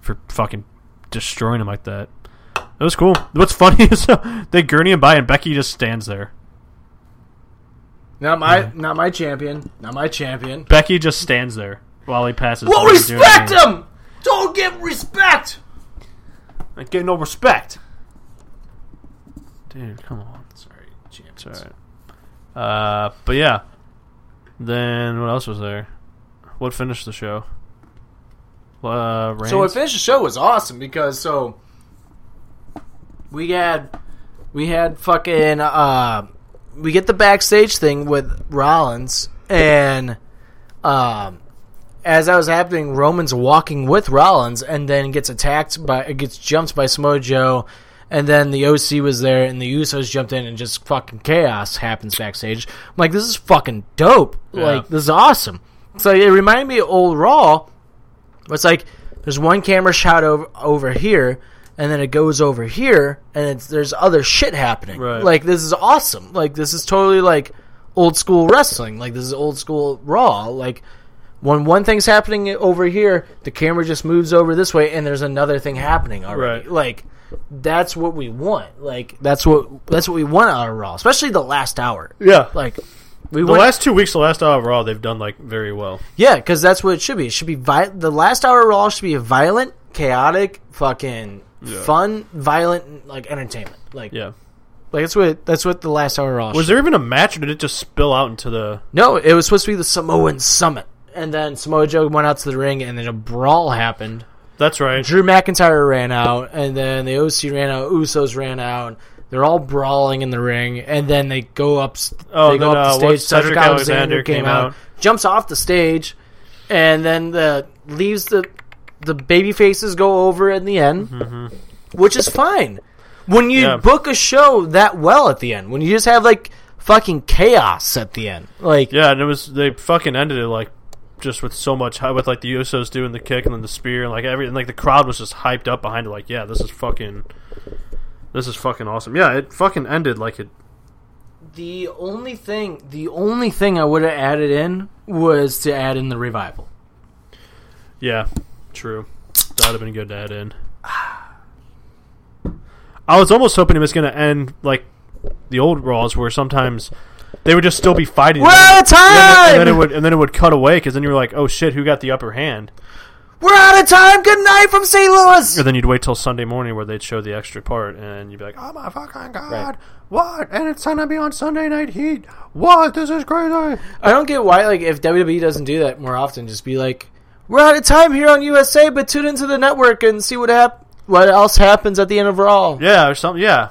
for fucking destroying him like that. It It was cool. What's funny <laughs> is they gurney him by, and Becky just stands there. Not my, not my champion. Not my champion. Becky just stands there while he passes. Well, What is he doing? respect him. Don't give respect. Ain't getting no respect. Dude, come on. Sorry, It's champion. alright. Uh, but yeah. Then what else was there? What finished the show? Uh, Reigns. So what finished the show was awesome because so we had we had fucking uh we get the backstage thing with Rollins and um as that was happening Roman's walking with Rollins and then gets attacked by gets jumped by Samoa Joe and then the OC was there and the Usos jumped in and just fucking chaos happens backstage. I'm like this is fucking dope. Like this is awesome. So it reminded me of old Raw it's like there's one camera shot over over here, and then it goes over here, and it's, there's other shit happening. Right. Like this is awesome. Like this is totally like old school wrestling. Like this is old school Raw. Like when one thing's happening over here, the camera just moves over this way, and there's another thing happening already. Right. Like that's what we want. Like that's what that's what we want out of Raw, especially the last hour. yeah, Like we the want last two weeks, the last hour of Raw, they've done like very well. yeah, because that's what it should be. It should be vi- the last hour of Raw should be a violent, chaotic, fucking fun, violent like entertainment. Like Yeah. like that's what that's what the last hour of Raw. Was should- there even a match, or did it just spill out into the? No, it was supposed to be the Samoan Summit, and then Samoa Joe went out to the ring, and then a brawl happened. That's right. Drew McIntyre ran out, and then the OC ran out. Usos ran out. They're all brawling in the ring, and then they go up. Oh, they go up then, uh, the stage. what's- Cedric, Cedric Alexander, Alexander came, came out, out. jumps off the stage, and then the leaves the the baby faces go over in the end, which is fine. When you Mm-hmm. Yeah. book a show that well at the end, when you just have like fucking chaos at the end, like Yeah, and it was they fucking ended it like just with so much hype with like the Usos doing the kick and then the spear and like everything. Like the crowd was just hyped up behind it. Like, yeah, this is fucking, this is fucking awesome. Yeah, it fucking ended like it. the only thing the only thing I would have added in was to add in the revival. Yeah, true. That would have been good to add in. I was almost hoping it was going to end like the old Raws, where sometimes they would just still be fighting. We're out of And then, and then it time. would and then it would cut away because then you were like, oh shit, who got the upper hand? We're out of time. Good night from St. Louis. Or then you'd wait till Sunday morning where they'd show the extra part, and you'd be like, "Oh my fucking god, what?" And it's gonna be on Sunday Night Heat. What? This is crazy. I don't get why, like, if WWE doesn't do that more often, just be like, "We're out of time here on USA, but tune into the network and see what hap- what else happens at the end of Raw." Yeah, or something. Yeah,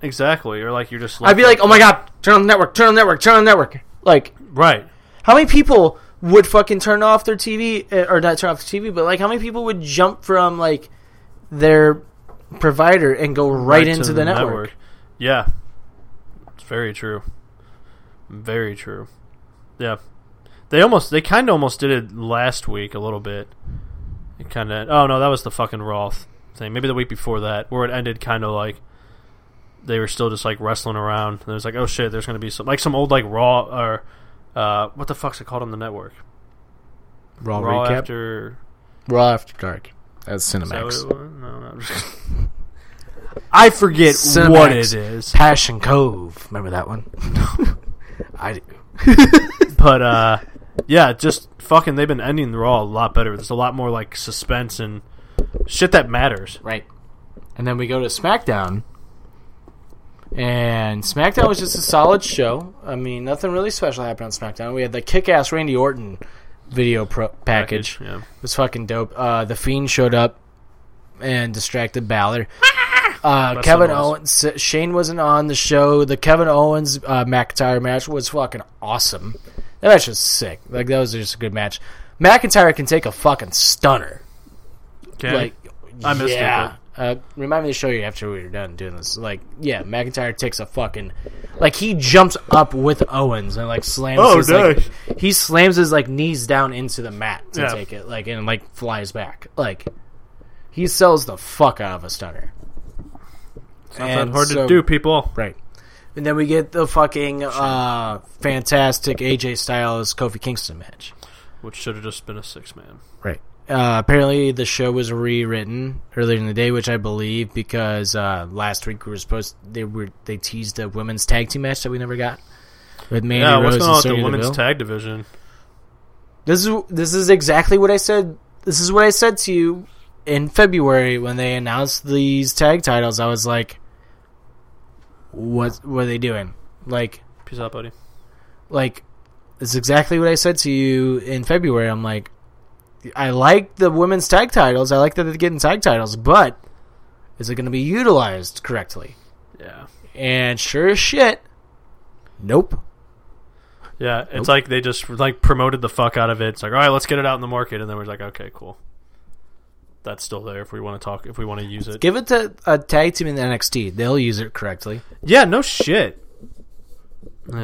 exactly. Or like you're just. I'd be like, "Oh my god, turn on the network, turn on the network, turn on the network." Like, right. how many people would fucking turn off their TV eh, or not turn off the TV, but like, how many people would jump from like their provider and go right, to into the, network? Yeah, it's very true. Very true. Yeah, they almost they kind of almost did it last week a little bit. It kind of oh no, that was the fucking Roth thing. Maybe the week before that, where it ended kind of like they were still just like wrestling around. And it was like oh shit, there's gonna be some like some old like Raw or uh, what the fuck's it called on the network? Raw, Raw after Raw after dark. That's is that what Cinemax. it was? no, no, I'm just- <laughs> I forget what Cinemax. it is. Passion Cove. Remember that one? <laughs> I do. But uh, yeah, just fucking. They've been ending the Raw a lot better. There's a lot more like suspense and shit that matters. Right. And then we go to SmackDown. And SmackDown was just a solid show. I mean, nothing really special happened on SmackDown. We had the kick ass Randy Orton video pro- package. Yeah, It was fucking dope. Uh, the Fiend showed up and distracted Balor. Uh, Kevin the Owens, Shane wasn't on the show. The Kevin Owens uh, McIntyre match was fucking awesome. That match was sick. Like that was just a good match. McIntyre can take a fucking stunner. okay. Like I missed it, yeah. Uh, remind me to show you after we were done doing this. Like, yeah, McIntyre takes a fucking, like he jumps up with Owens and like slams. Oh, his, like- nice. he slams his like knees down into the mat to Yeah. take it, like and like flies back. Like he sells the fuck out of a stunner. it's not that and hard so- to do, people. Right. And then we get the fucking uh, fantastic AJ Styles Kofi Kingston match. Which should have just been a six man. Right. Uh, apparently, the show was rewritten earlier in the day, which I believe because uh, last week we were supposed they were they teased a women's tag team match that we never got with Mandy yeah, Rose and what's going on with the Sonya women's Deville. tag division? This is this is exactly what I said. This is what I said to you in February when they announced these tag titles. I was like, "What? What are they doing? Like, Peace out, buddy. like it's exactly what I said to you in February. I'm like, I like the women's tag titles. I like that they're getting tag titles, but is it going to be utilized correctly? Yeah. And sure as shit, nope. Yeah, it's like they just like promoted the fuck out of it. It's like, all right, let's get it out in the market, and then we're like, okay, cool. That's still there if we want to talk, if we want to use it. Give it to a tag team in NXT. They'll use it correctly. Yeah, no shit.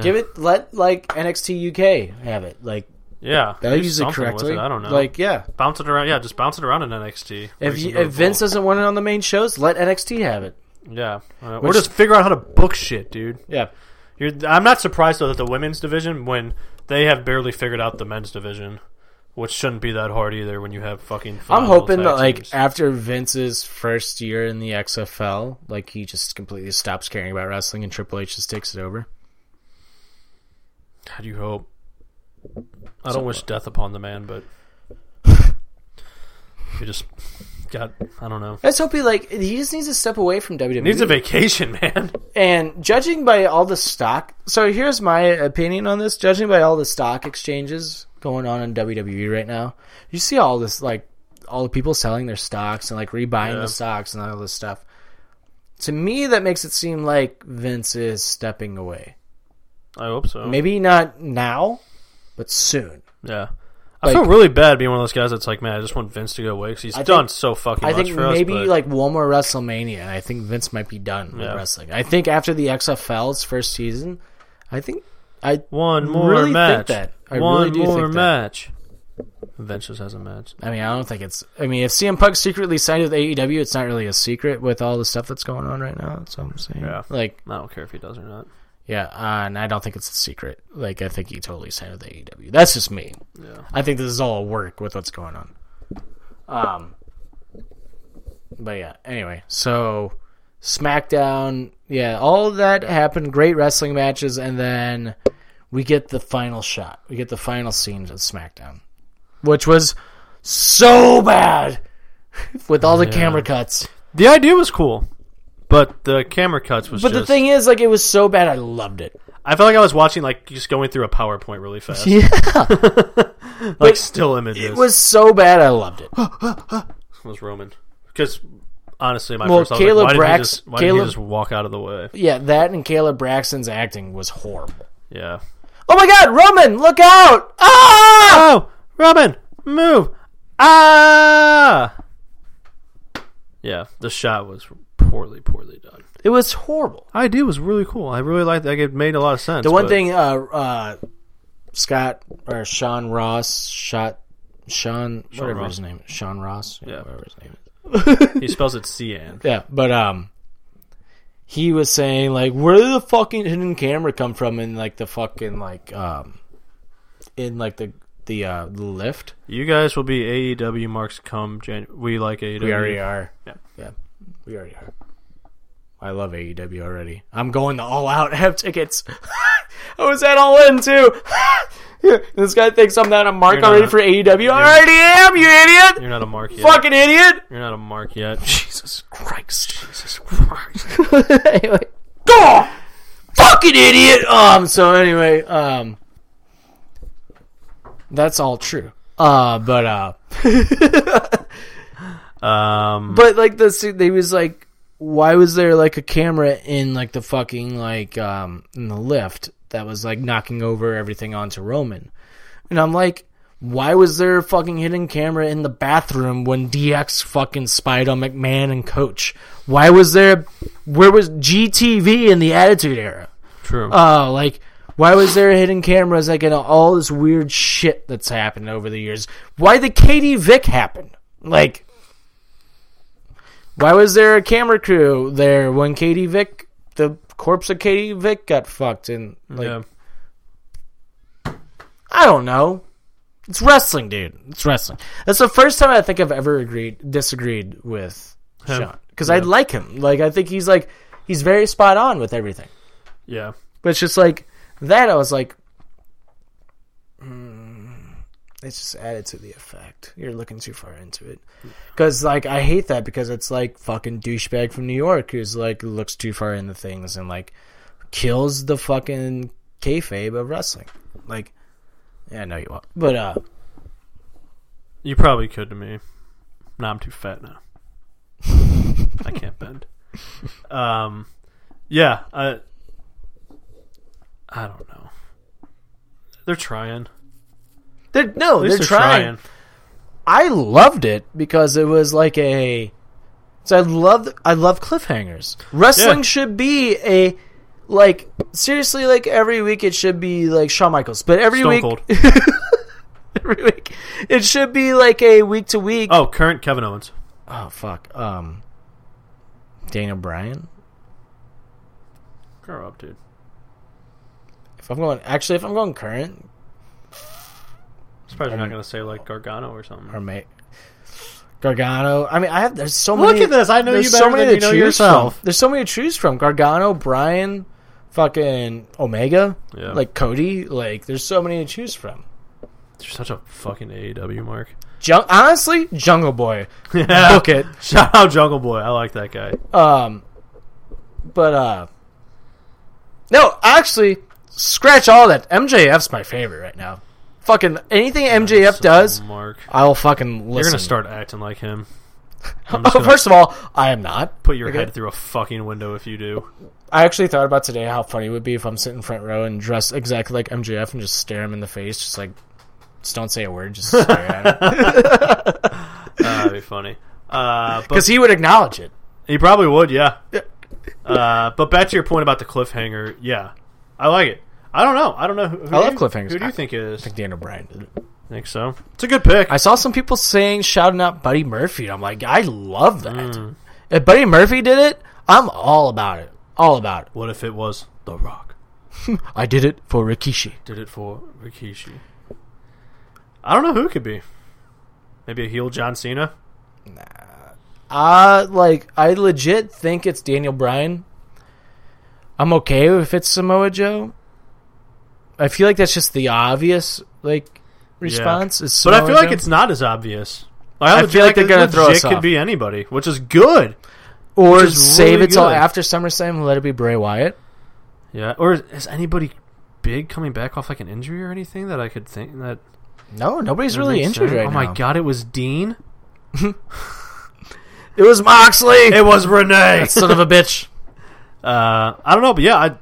Give it. Let like NXT UK have it. Like Yeah, they'll do use it something with correctly. I don't know. Like yeah. bounce it around. Yeah, just bounce it around in NXT. Or If you can you, go if Vince full- doesn't want it on the main shows, let NXT have it. yeah, Uh, or just figure out how to book shit, dude. Yeah. You're, I'm not surprised though that the women's division, when they have barely figured out the men's division, which shouldn't be that hard either. When you have fucking, I'm phenomenal hoping tag that like teams. after Vince's first year in the XFL, like he just completely stops caring about wrestling and Triple H just takes it over. How do you hope? I don't wish death upon the man, <laughs> but he just got. I don't know. I just hope he like he just needs to step away from WWE. Needs a vacation, man. and judging by all the stock, so here's my opinion on this. Judging by all the stock exchanges going on in WWE right now, you see all this like all the people selling their stocks and like rebuying Yeah. the stocks and all this stuff. To me, that makes it seem like Vince is stepping away. I hope so. Maybe not now, but soon. Yeah. I Like- feel really bad being one of those guys that's like, man, I just want Vince to go away because he's I done think- so fucking I much think for us. maybe but- like one more WrestleMania, and I think Vince might be done with Yeah. wrestling. I think after the XFL's first season, I think I one more really think match. that. I one really do more think that. match. Vince just has a match. I mean, I don't think it's. I mean, if CM Punk secretly signed with AEW, it's not really a secret with all the stuff that's going on right now. That's what I'm saying. Yeah. Like, I don't care if he does or not. yeah, uh, and I don't think it's a secret. Like, I think he totally signed with AEW. That's just me. Yeah. I think this is all a work with what's going on. Um. But yeah. Anyway, so SmackDown. Yeah, all that happened. Great wrestling matches, and then we get the final shot. We get the final scene of SmackDown, which was so bad <laughs> with all the camera cuts. The idea was cool, but the camera cuts was. But the just- thing is, like, it was so bad. I loved <laughs> it. I felt like I was watching like just going through a PowerPoint really fast. Yeah. like still images. It was so bad. I loved it. was Roman because honestly, my Well, first thought was Caleb like, why Brax- did he just why did Caleb- he just walk out of the way? Yeah, that and Kayla Braxton's acting was horrible. Yeah. Oh my God, Roman, look out! Ah! Oh, Roman, move! Ah. Yeah, the shot was poorly, poorly done. It was horrible. idea was really cool. I really liked. Like it made a lot of sense. The one but- thing uh, uh, Scott or Sean Ross shot Sean, whatever Ross. his name is. Sean Ross. Yeah. Whatever his name is. he spells it C-N. Yeah. But um he was saying like where did the fucking hidden camera come from in like the fucking like um in like the the uh the lift? You guys will be AEW marks. Come, Jan- we like E AEW. We already are. Yeah. Yeah. We already are. I love AEW already. I'm going to All Out. <laughs> I have tickets. I was at All In too. <laughs> this guy thinks I'm not a mark You're already not. for AEW. I already am, you idiot! You're not a mark yet. Fucking idiot! You're not a mark yet. <laughs> Jesus Christ. Jesus <laughs> Christ. anyway. Go! Fucking idiot! Um, so anyway, um. That's all true. Uh, but, <laughs> uh. Um. But like the se- they was like, why was there like a camera in like the fucking like um in the lift that was like knocking over everything onto Roman? And I'm like, why was there a fucking hidden camera in the bathroom when DX fucking spied on McMahon and Coach? Why was there? Where was GTV in the Attitude Era? True. Oh, like why was there hidden cameras like in all this weird shit that's happened over the years? Why did Katie Vick happen? Like why was there a camera crew there when Katie Vick the corpse of Katie Vick got fucked and like yeah. I don't know. It's wrestling, dude. It's wrestling. That's the first time I think I've ever agreed disagreed with Him. Sean because I like him. Like I think he's like he's very spot on with everything. Yeah. But it's just like that. I was like, mm, it's just added to the effect. You're looking too far into it. Because like I hate that because it's like fucking douchebag from New York who's like looks too far into things and like kills the fucking kayfabe of wrestling. Like, yeah, I know you won't. But uh, You probably could to me. Now I'm too fat now. <laughs> I can't bend. Um, yeah, I, I don't know. They're trying. they're no, At least they're trying. I loved it because it was like a. So I love I love cliffhangers. Wrestling Yeah. should be a like seriously like every week it should be like Shawn Michaels, but every Stone week Cold. <laughs> every week it should be like a week to week. Oh, current Kevin Owens. Oh fuck. Um, Daniel Bryan. Grow up, dude. If I'm going actually if I'm going current Surprised Um, you're not gonna say like Gargano or something. or mate. Gargano. I mean, I have. There's so Look many. at this. I know you there's better than to you know choose yourself. from. There's so many to choose from. Gargano, Brian, fucking Omega, Yeah. like Cody. Like, there's so many to choose from. You're such a fucking <laughs> AEW mark. <laughs> Jung- honestly, Jungle Boy, Yeah. book it. Shout out Jungle Boy. I like that guy. Um, but uh, no, actually, scratch all that. MJF's my favorite right now. Fucking anything MJF Such a does, mark. I'll fucking listen. You're gonna start acting like <laughs> him. I'm Oh, just gonna first of all, I am not. put your Okay. head through a fucking window if you do. I actually thought about today how funny it would be if I'm sitting front row and dressed exactly like MJF and just stare him in the face, just like just don't say a word, just stare at him Uh, that'd be funny. Uh, but because he would acknowledge it. He probably would, yeah. uh, but back to your point about the cliffhanger, yeah, I like it. I don't know. I don't know. Who, who I do love you- cliffhangers. Who do I- you think it is? Dan O'Brien did it. think so. It's a good pick. I saw some people saying shouting out Buddy Murphy. I'm like, I love that. If Buddy Murphy did it, I'm all about it. All about it. what if it was The Rock? I did it for Rikishi. Did it for Rikishi? I don't know who it could be. Maybe a heel John Cena. Uh like I legit think it's Daniel Bryan. I'm okay if it's Samoa Joe. I feel like that's just the obvious like response. Is But I Samoa feel like Joe. it's not as obvious. I, feel like they're gonna throw us It off. could be anybody, which is good. or which is save really it till good. after SummerSlam and let it be Bray Wyatt. Yeah. Or is, is anybody big coming back off like an injury or anything that I could think that No, nobody's really injured right oh now. my god, it was Dean. It was Moxley. It was <laughs> Renee. Son <laughs> of a bitch. Uh, I don't know, but yeah, I,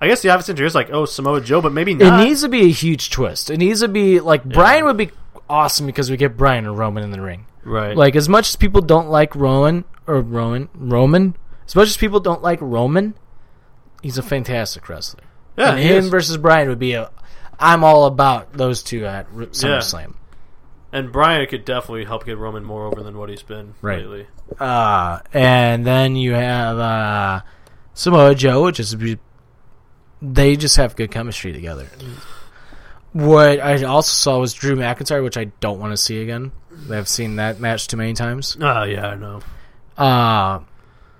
I guess the obvious answer is like, oh, Samoa Joe, but maybe It not. needs to be a huge twist. It needs to be like Bryan would be awesome because we get Bryan and Roman in the ring. right. Like as much as people don't like Rowan or Rowan Roman, as much as people don't like Roman, he's a fantastic wrestler. yeah, and he him is. versus Bryan would be a. I'm all about those two at R- SummerSlam. and Brian could definitely help get Roman more over than what he's been Right. lately. Uh, and then you have uh, Samoa Joe, which is a be- they just have good chemistry together. What I also saw was Drew McIntyre, which I don't want to see again. I've seen that match too many times. Oh yeah, I know. Uh,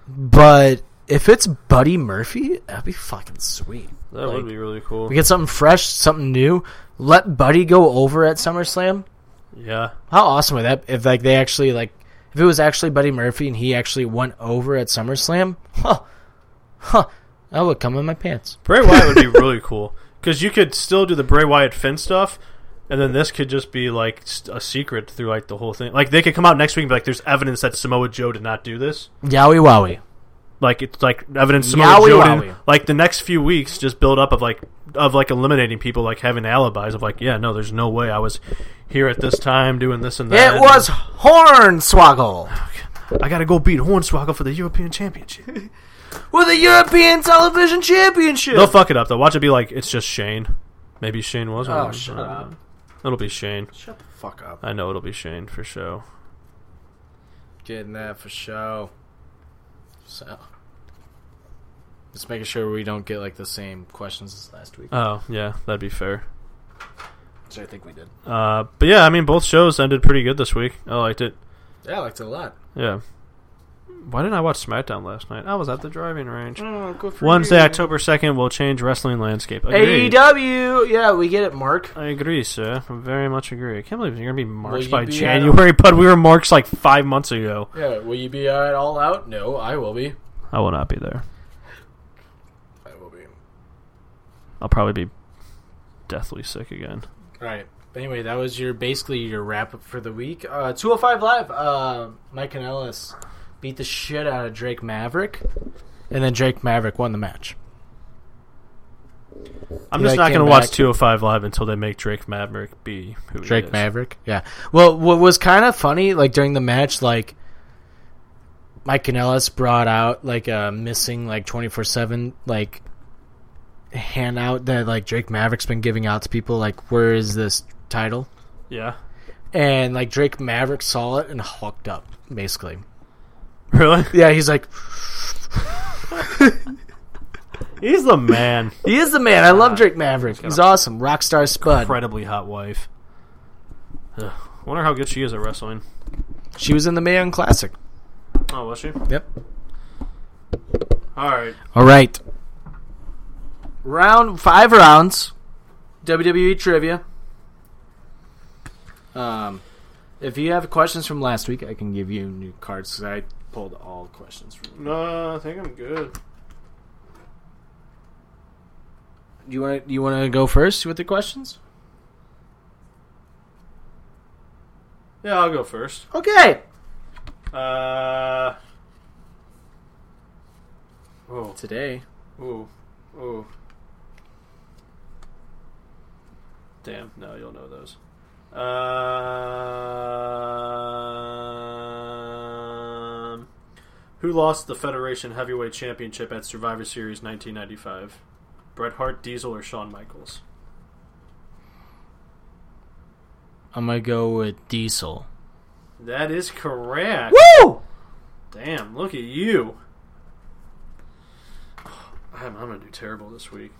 but if it's Buddy Murphy, that'd be fucking sweet. That Like- would be really cool. We get something fresh, something new. Let Buddy go over at SummerSlam. yeah, How awesome would that if like they actually like if it was actually Buddy Murphy and he actually went over at SummerSlam? Huh. Huh. That would come in my pants. Bray Wyatt would be really cool because you could still do the Bray Wyatt Finn stuff, and then this could just be like s- a secret through like the whole thing. Like they could come out next week and be like, "There's evidence that Samoa Joe did not do this." Yowie wowie. like it's like evidence Samoa Yowie Joe wowie. didn't- like the next few weeks just build up of like of like eliminating people like having alibis of like yeah no there's no way I was here at this time doing this and that It was Hornswoggle I gotta go beat Hornswoggle for the European Championship <laughs> with a European Television Championship. they'll fuck it up though watch it be like it's just Shane maybe Shane was oh shut up it'll be Shane Shut the fuck up. I know it'll be Shane for sure Getting that for show. So. Just making sure we don't get like the same questions as last week. oh yeah that'd be fair which I think we did. Uh, but yeah, I mean, both shows ended pretty good this week. I liked it. Yeah, I liked it a lot. Yeah. Why didn't I watch SmackDown last night? I was at the driving range. Wednesday, October 2nd, will change wrestling landscape. Agree. AEW, E yeah, we get it, Mark. I agree, sir. I very much agree. I can't believe you're going to be marked you by be uh, at a- January, <laughs> but we were marked like five months ago. Yeah, will you be at all out? No, I will be. I will not be there. I will be. I'll probably be deathly sick again. All right. Anyway, that was your basically your wrap up for the week. Uh, 205 Live. Uh, Mike and Ellis beat the shit out of Drake Maverick, and then Drake Maverick won the match. I'm Yeah, just I not came going to watch back. 205 Live until they make Drake Maverick be who he Drake is. Maverick. Yeah. Well, what was kind of funny, like during the match, like Mike Kanellis brought out like a missing like twenty four seven like handout that like Drake Maverick's been giving out to people. Like, where is this title? Yeah. <laughs> And like Drake Maverick saw it and hooked up, basically. Really? Yeah, he's like, He's the man. he is the man. I love Drake Maverick. He's awesome. Rockstar Spud. Incredibly hot wife. Ugh. Wonder how good she is at wrestling. She was in the Mayon Classic. Oh, was she? Yep. All right. All right. Round five rounds. WWE trivia. Um, if you have questions from last week, I can give you new cards 'cause I pulled all questions from. No, I think I'm good. Do you want you want to go first with the questions? Yeah, I'll go first. Okay. Uh. Oh, Today. oh, oh. Damn, no, you'll know those. Um, who lost the Federation Heavyweight Championship at Survivor Series 1995? Bret Hart, Diesel, or Shawn Michaels? I'm gonna go with Diesel. That is correct. Woo! Damn, look at you. <sighs> I'm, I'm gonna do terrible this week.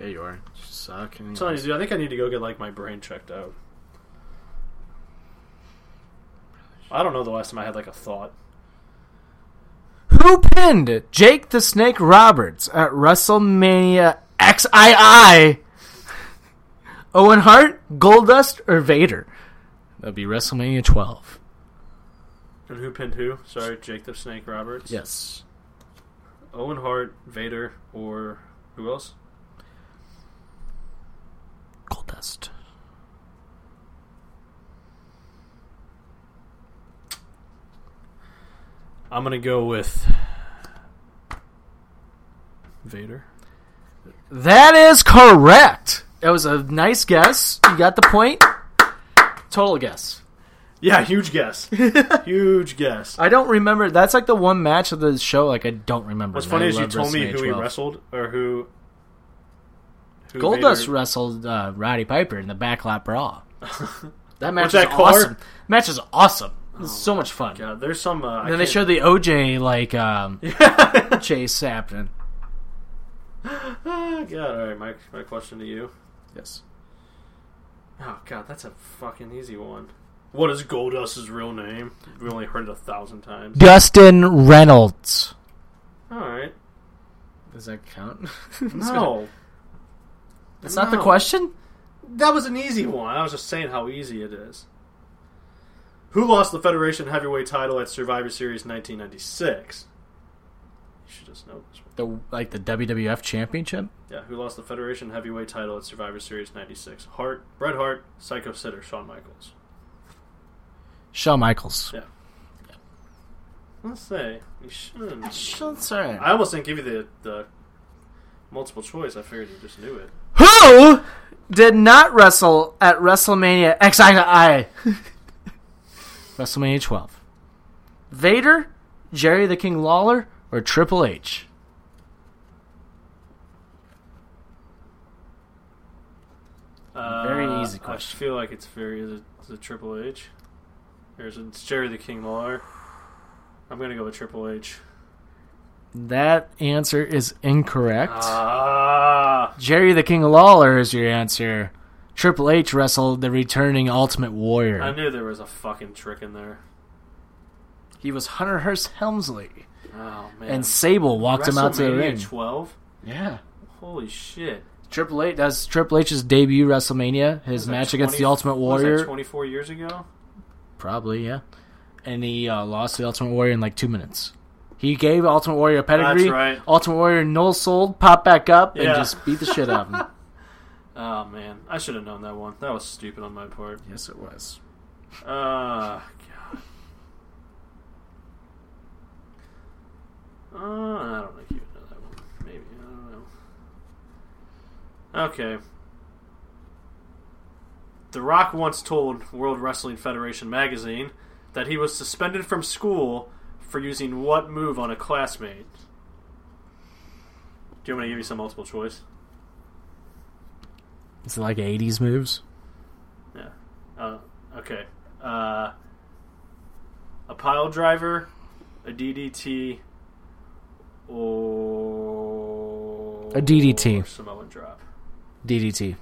Yeah, you are. Sucking. I'm telling you, dude, I think I need to go get like my brain checked out. I don't know the last time I had like a thought. Who pinned Jake the Snake Roberts at WrestleMania XII? Owen Hart, Goldust, or Vader? That'd be WrestleMania 12. And who pinned who? Sorry, Jake the Snake Roberts. Yes. Owen Hart, Vader, or who else? Goldust. I'm gonna go with Vader. That is correct. That was a nice guess. You got the point. Total guess. Yeah, <laughs> huge guess. huge guess. I don't remember. That's like the one match of the show. Like I don't remember. What's and I funny is you love told me WrestleMania who he 12. wrestled or who. who Goldust Vader- wrestled uh, Roddy Piper in the Backlot <laughs> Brawl. that Oh match With that is car? awesome. Match is awesome. It's so much fun. Yeah, there's some. Uh, I Then they can't- showed the OJ like um, <laughs> chase happening. Ah, <laughs> God, all right, my, my question to you. Yes. Oh God, that's a fucking easy one. What is Goldust's real name? We only heard it a thousand times. Dustin Reynolds. All right. Does that count? <laughs> No, That's not the No. question. that was an easy one. I was just saying how easy it is. Who lost the Federation heavyweight title at Survivor Series 1996? You should just know this one. The like the WWF Championship. Yeah, who lost the Federation heavyweight title at Survivor Series 96? Hart, Bret Hart, Psycho Sid, or Shawn Michaels? Shawn Michaels. Yeah. Let's say you shouldn't. That's all right. I almost didn't give you the, the multiple choice. I figured you just knew it. Who did not wrestle at WrestleMania XII? <laughs> WrestleMania 12. Vader, Jerry the King Lawler, or Triple H? Very Uh, easy question. I feel like it's very is it, is it Triple H? Or is it it's Jerry the King Lawler? I'm gonna go with Triple H. That answer is incorrect. Ah, Jerry the King Lawler is your answer. Triple H wrestled the returning Ultimate I Warrior. knew there was a fucking trick in there. He was Hunter Hearst Helmsley, Oh man. and Sable walked him out to the WrestleMania ring. 12. Yeah, Holy shit. Triple H. That's Triple H's debut WrestleMania. His That match against 20 the Ultimate what was that, Warrior. 24 years ago. Probably, yeah. And he uh, lost to the Ultimate Warrior in like two minutes. He gave Ultimate Warrior a pedigree. right. Ultimate Warrior null sold, popped back up, and Yeah. just beat the shit out <laughs> of him. Oh man, I should have known that one. That was stupid on my part. yes, it was. Uh, God. Uh, I don't think you would know that one. Maybe. I don't know. Okay. The Rock once told World Wrestling Federation magazine that he was suspended from school for using what move on a classmate? Do you want me to give you some multiple choice? Is it like 80s moves? Yeah. Uh, okay. Uh, a pile driver, a DDT, or A DDT. Samoan drop. DDT.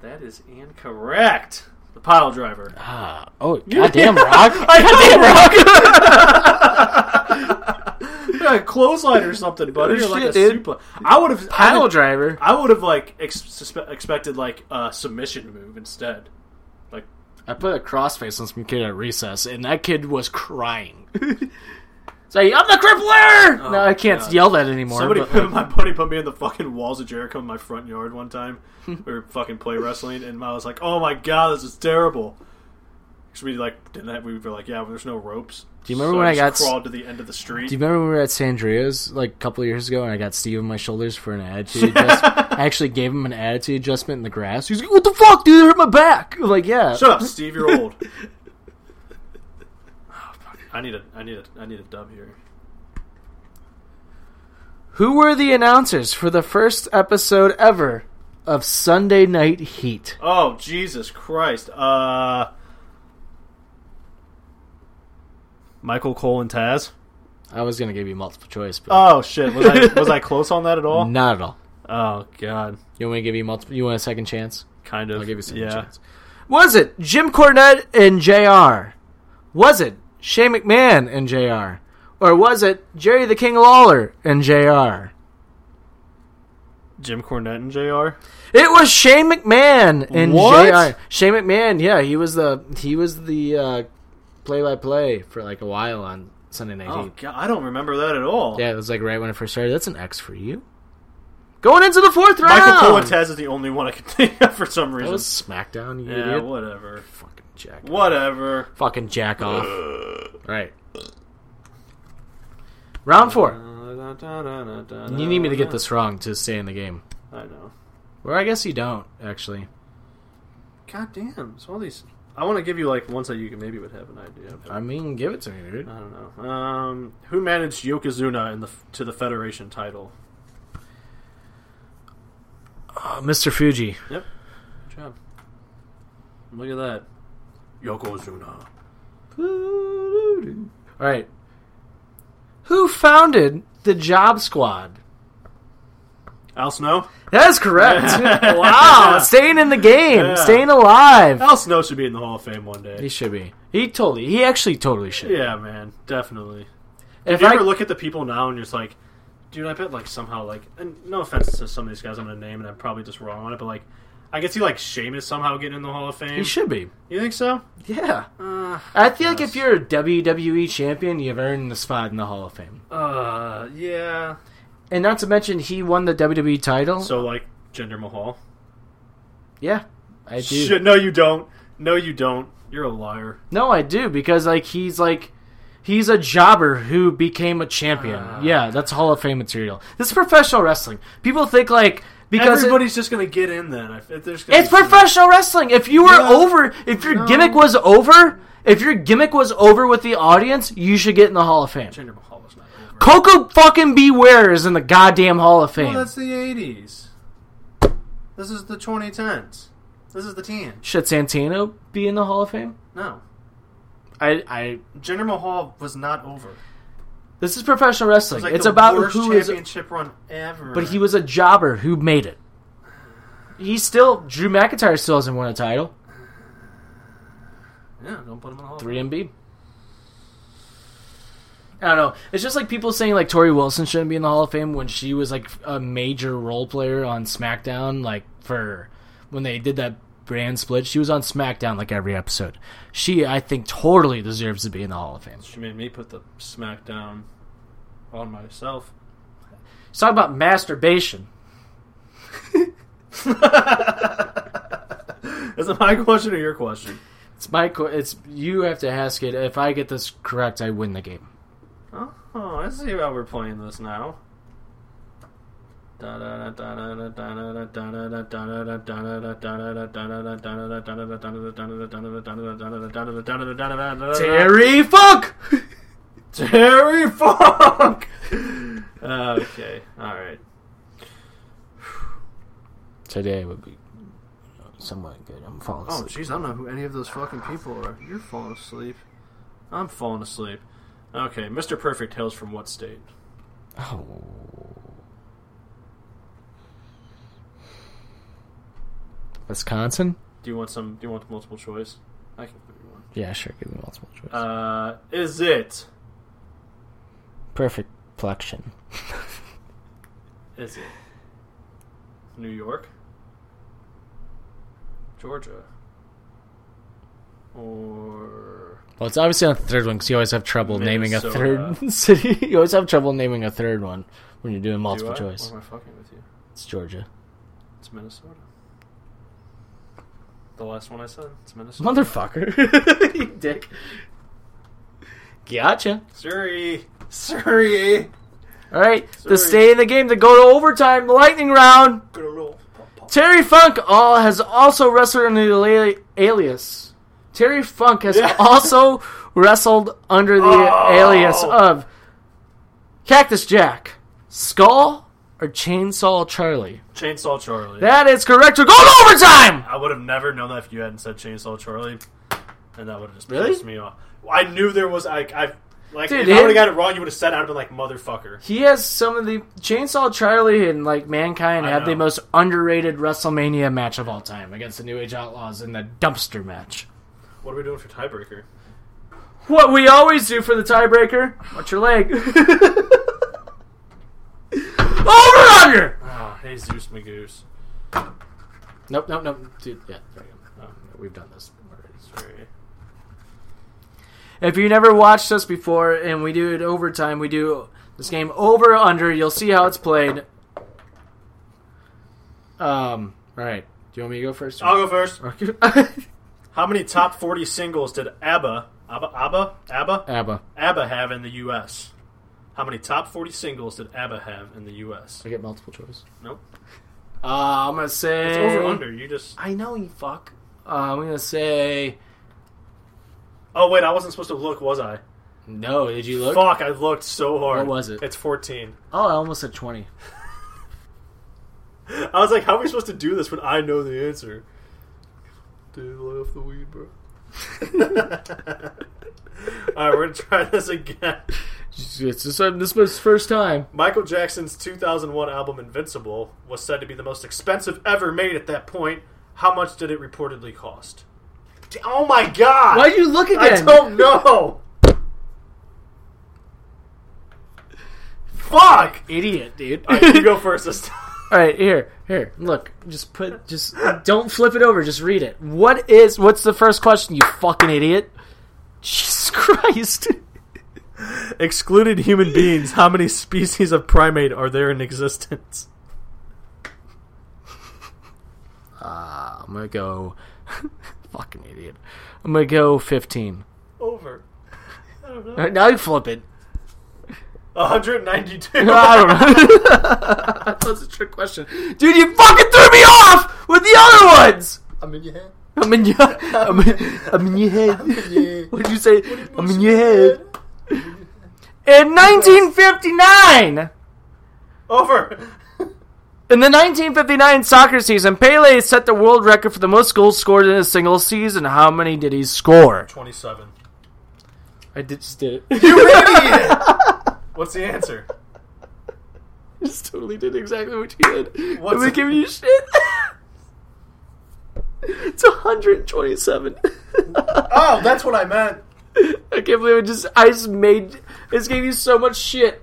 That is incorrect. The pile driver. Oh, <laughs> goddamn, Rock. Yeah, clothesline or something, buddy. Oh, or like shit, a dude. suplex. I would have Pile driver. I would have like ex- suspe- expected like a submission move instead. I put a crossface on some kid at recess, and that kid was <laughs> crying. Say, I'm the crippler! no, I can't Oh, God. yell that anymore. Somebody, but- put, my buddy put me in the fucking walls of Jericho in my front yard one <laughs> time. we were fucking play wrestling, and I was like, "Oh my god, this is terrible." Because we like didn't have, we were like, "Yeah, there's no ropes." Do you remember when I got s- crawled to the end of the street? Do you remember when we were at Sandria's like a couple years ago and I got Steve on my shoulders for an attitude adjustment? I actually gave him an attitude adjustment in the grass. He's like, What the fuck, dude? It hurt my back. <laughs> I'm like, yeah. Shut up, Steve. You're <laughs> old. Oh, fuck. I need a, I need a, I need a dub here. Who were the announcers for the first episode ever of Sunday Night Heat? Oh Jesus Christ! Uh, Michael Cole and Taz. I was gonna give you multiple choice, but Oh shit! Was I was I close on that at <laughs> all? not at all. Oh god. You want me to give you multiple you want a second chance? Kind of. I'll give you a second yeah. chance. Was it Jim Cornette and JR? Was it Shane McMahon and JR? Or was it Jerry the King Lawler and JR? Jim Cornette and Jr. It was Shane McMahon and What? JR. Shane McMahon, yeah, he was the he was the uh, play-by-play for like a while on Sunday Night Oh Heat. god, I don't remember that at all. Yeah, it was like right when it first started. That's an X for you. Going into the fourth round. Michael Cole and Taz is the only one I can think of for some That reason. was SmackDown. You yeah, idiot. whatever. Fucking jack. Whatever. Fucking jack off. right. Round four. You You need me to get this wrong to stay in the game. I know. Or I guess you don't actually. God damn, it's all these I want to give you like ones that you can maybe would have an idea. But I mean, give it to me, dude. I don't know. Um, who managed Yokozuna in the to the Federation title? Uh, Mr. Fuji. Yep. Good job. Look at that. Yokozuna. All right. Who founded the Job Squad? Al Snow? That's correct. <laughs> wow, staying in the game, staying alive. Al Snow should be in the Hall of Fame one day. He should be. He totally. He actually totally should. Yeah, man, definitely. If If you I ever look at the people now and you're just like, dude, I bet like somehow like, and no offense to some of these guys I'm gonna name, and I'm probably just wrong on it, but like, I could see like Sheamus somehow getting in the Hall of Fame. he should be. You think so? Yeah. Uh, I feel like if you're a WWE champion, you've earned the spot in the Hall of Fame. Uh, yeah. And not to mention, he won the WWE title. So like, Jinder Mahal. yeah, I do. Shit, no, you don't. No, you don't. You're a liar. No, I do because like he's like he's a jobber who became a champion. Ah. yeah, that's Hall of Fame material. This is professional wrestling. People think like because it- Everybody's just gonna get in then. If if there's gonna it's be- professional wrestling. If you were over, if your gimmick was over, if your gimmick was over with the audience, you should get in the Hall of Fame. Jinder Mahal was not over. Coco fucking Beware is in the goddamn Hall of Fame. Well, that's the '80s. This is the 2010s. This is the teen. should Santino be in the Hall of Fame? No, I, I. Jinder Mahal was not over. This is professional wrestling. It's like it's the about worst who is. championship run ever. But he was a jobber who made it. He still Drew McIntyre still hasn't won a title. Yeah, don't put him in the hall. Three MB. I don't know. It's just like people saying like Tori Wilson shouldn't be in the Hall of Fame when she was like a major role player on SmackDown. Like for when they did that brand split, she was on SmackDown like every episode. She, I think, totally deserves to be in the Hall of Fame. She made me put the smackdown on <laughs> myself. Let's talk about masturbation. Is it my question or your question? It's my. qu- It's you have to ask it. If I get this correct, I win the game. Oh, I see how we're playing this now. Terry Terry Funk. Terry <laughs> Funk. okay, all right. Today would be somewhat good. I'm falling Oh, asleep. jeez, I don't know who any of those fucking people are. You're falling asleep. I'm falling asleep. Okay, Mr. Perfect hails from what state? Oh. Wisconsin? Do you want some? Do you want multiple choice? I can give you one. Yeah, sure. Give me multiple choice. Uh, is it? Perfect flexion. Is it? New York, Georgia, or Well, it's obviously not the third one because you always have trouble naming a Minnesota. third <laughs> city. You always have trouble naming a third one when you're doing do multiple I? choice. Or am I fucking with you? It's Georgia. <laughs> It's Minnesota. The last one I said. It's Minnesota. Motherfucker. you dick. Gotcha. Surrey, Surrey. All right. Sorry. To stay in the game, to go to overtime, lightning round. Good roll. Terry Funk all has also wrestled under the ali- alias. Terry Funk has <laughs> also wrestled under the Oh. alias of Cactus Jack, Skull, or Chainsaw Charlie. Chainsaw Charlie. That is correct. We're going to overtime. I would have never known that if you hadn't said Chainsaw Charlie, and that would have just Really? pissed me off. I knew there was like I like Dude, if I would him- have got it wrong, you would have said I'd have been like motherfucker. He has some of the Chainsaw Charlie and like Mankind I have the know. most underrated WrestleMania match of all time against the New Age Outlaws in the dumpster match. What are we doing for tiebreaker? What we always do for the tiebreaker. Watch your <laughs> leg. Over under. Ah, hey Zeus Magoose. Nope, nope, nope. Dude, yeah, there you go. Um, we've done this. Sorry. If you never watched us before and we do it overtime, we do this game over under. You'll see how it's played. Um. All right. Do you want me to go first? I'll go first. Okay. How many top forty singles did ABBA ABBA ABBA ABBA <laughs> Abba. ABBA have in the U.S.? How many top forty singles did ABBA have in the U.S.? I get multiple choice. Nope. Uh, I'm gonna say It's over under. You just. I know you fuck. Uh, I'm gonna say Oh wait, I wasn't supposed to look, was I? no. Did you look? Fuck! I looked so What hard. was it? It's fourteen. Oh, I almost said twenty. I was like, how are we supposed to do this when I know the answer? Dude, lay off the weed, bro. <laughs> Alright, we're gonna try this again. It's just, this was first time. Michael Jackson's 2001 album Invincible was said to be the most expensive ever made at that point. How much did it reportedly cost? D- Oh my god! Why'd you look I again? don't <laughs> know! Fuck! <laughs> Idiot, dude. Alright, you go first this time. All right, here, here. Look, just put, just don't flip it over. Just read it. What is? What's the first question? You fucking idiot. <laughs> Jesus Christ. Excluded human beings, how many species of primate are there in existence? I'm gonna go. <laughs> fucking idiot. I'm gonna go fifteen. Over. All right, now you flip it. <laughs> 192. I don't know. That's a trick question, dude. You fucking threw me off with the other ones. I'm in your head. I'm in your. <laughs> I'm in, I'm in your head. What did you say? I'm in your head. In 1959. Over. In the 1959 soccer season, Pele set the world record for the most goals scored in a single season. How many did he score? 27. I did, just did it. <laughs> What's the answer? just totally did exactly what you did. What's I'm it? giving you shit. <laughs> It's 127. <laughs> Oh, that's what I meant. <laughs> I can't believe I just I just made this gave you so much shit.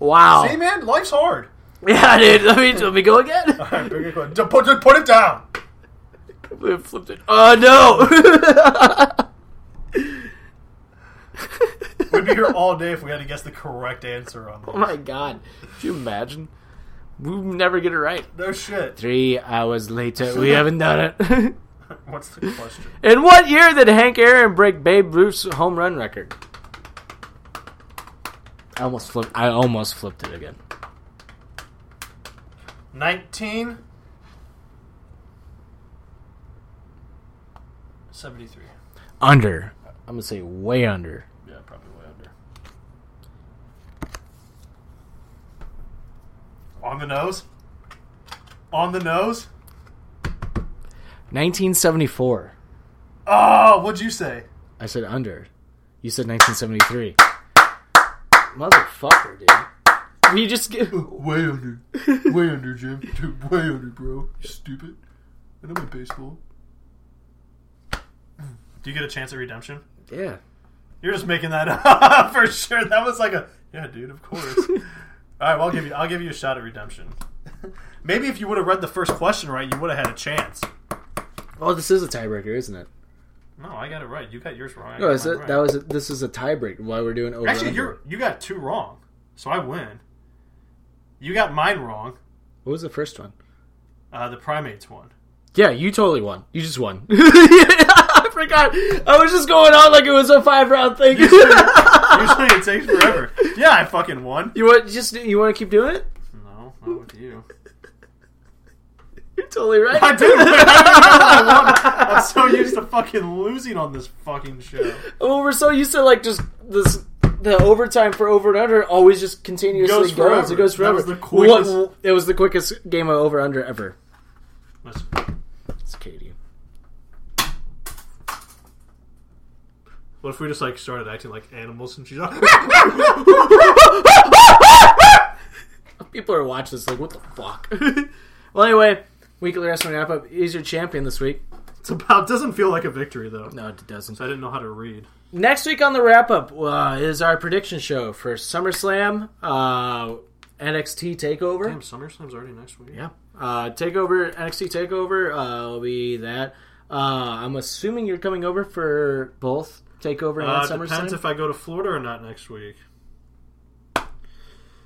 Wow. man, life's hard. Yeah, dude. Let me let me go <laughs> again. Just put, just put it down. I flipped it. Oh <laughs> no. We'd be here all day if we had to guess the correct answer on oh that. my god. Could you imagine? We'll never get it right. No shit. Three hours later, we haven't done it. <laughs> What's the question? In what year did Hank Aaron break Babe Ruth's home run record? I almost flipped. I almost flipped it again. 19. 73. Under. I'm gonna say way under. Yeah, probably way under. On the nose? On the nose? 1974. Oh, what'd you say? I said under. You said 1973. Motherfucker, dude. You just get. Way under. Way under, Jim. Dude, way under, bro. You stupid. I know my baseball. Do you get a chance at redemption? Yeah. You're just making that <laughs> up for sure. That was like a yeah, dude. Of course. <laughs> All right, well, I'll give you. I'll give you a shot at redemption. Maybe if you would have read the first question right, you would have had a chance. Oh, this is a tiebreaker, isn't it? No, I got it right. You got yours wrong. I No, got is mine it, right. that was a, this is a tiebreaker. Why we're doing over. actually under. you you got two wrong, so I win. You got mine wrong. What was the first one? Uh, the primates one. Yeah, you totally won. You just won. <laughs> I forgot. I was just going on like it was a five round thing. <laughs> Usually it takes forever. Yeah, I fucking won. you want just you want to keep doing it? No, not with you. You're totally right. I did win. I won. I'm <laughs> so used to fucking losing on this fucking show. <laughs> Well, we're so used to like just this the overtime for over and under always just continuously Goes goes. forever. It goes That forever. was the quickest- What- it was the quickest game of over under ever. Listen, It's Katie. What if we just like started acting like animals and she's <laughs> like, People are watching this like, what the fuck? <laughs> well, anyway, weekly wrestling wrap up. Is your champion this week? it's about doesn't feel like a victory though. No, it doesn't. I didn't know how to read. Next week on the wrap up uh, is our prediction show for SummerSlam, uh, NXT Takeover. Damn, SummerSlam's already next week. Yeah. Uh, takeover NXT Takeover uh, will be that. Uh, I'm assuming you're coming over for both Takeover and Uh, SummerSlam. depends if I go to Florida or not next week.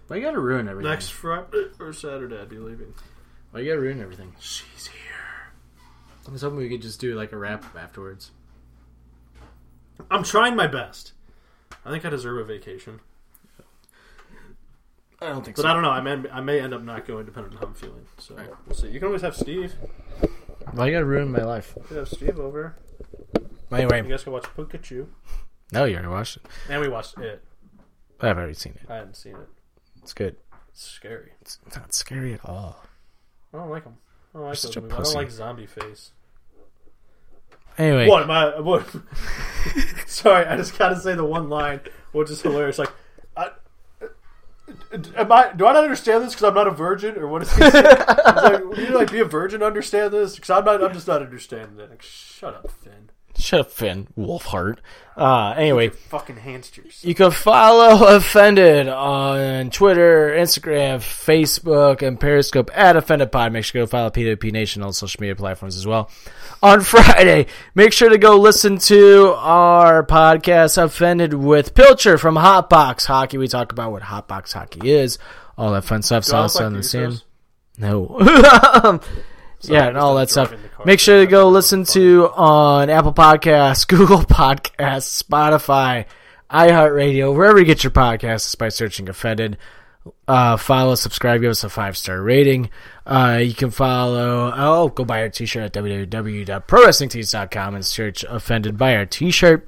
Why you gotta ruin everything? Next Friday or Saturday, I'd be leaving. Why you gotta ruin everything? She's here. I was hoping we could just do like a wrap up afterwards. I'm trying my best. I think I deserve a vacation, I don't think but so. I don't know. I may I may end up not going, depending on how I'm feeling. So we'll see. You can always have Steve. Why you gotta ruin my life? You can have Steve over. You Anyway, guys can watch Pikachu. no, you already watched it. And we watched it. I've already seen it. I hadn't seen it. It's good. It's scary. It's not scary at all. I don't like him. I don't like such those a movies. I don't pussy. like zombie face. Anyway, What am I? What? <laughs> Sorry, I just gotta say the one line, which is hilarious. Like, I, am I? Do I not understand this because I'm not a virgin, or what is this? like, would you like be a virgin to understand this? Because I'm not. I'm just not understanding it. Like, shut up, Finn. shut up, Finn Wolfheart. Uh, anyway, Fucking hamsters. You can follow <laughs> Offended on Twitter, Instagram, Facebook, and Periscope at Offended Pod. Make sure to go follow PWP Nation on social media platforms as well. On <laughs> Friday, make sure to go listen to our podcast, Offended with Pilcher from Hotbox Hockey. We talk about what Hotbox Hockey is, all that fun stuff, salsa on the sand. No. <laughs> Um, yeah, and all that stuff. driving the car. Make sure to go listen to on Apple Podcasts, <laughs> Google Podcasts, Spotify, iHeartRadio, wherever you get your podcasts just by searching Offended. Uh, follow, subscribe, give us a five star rating. Uh, you can follow, oh, go buy our t shirt at www.prowrestlingtees.com and search Offended by our t shirt.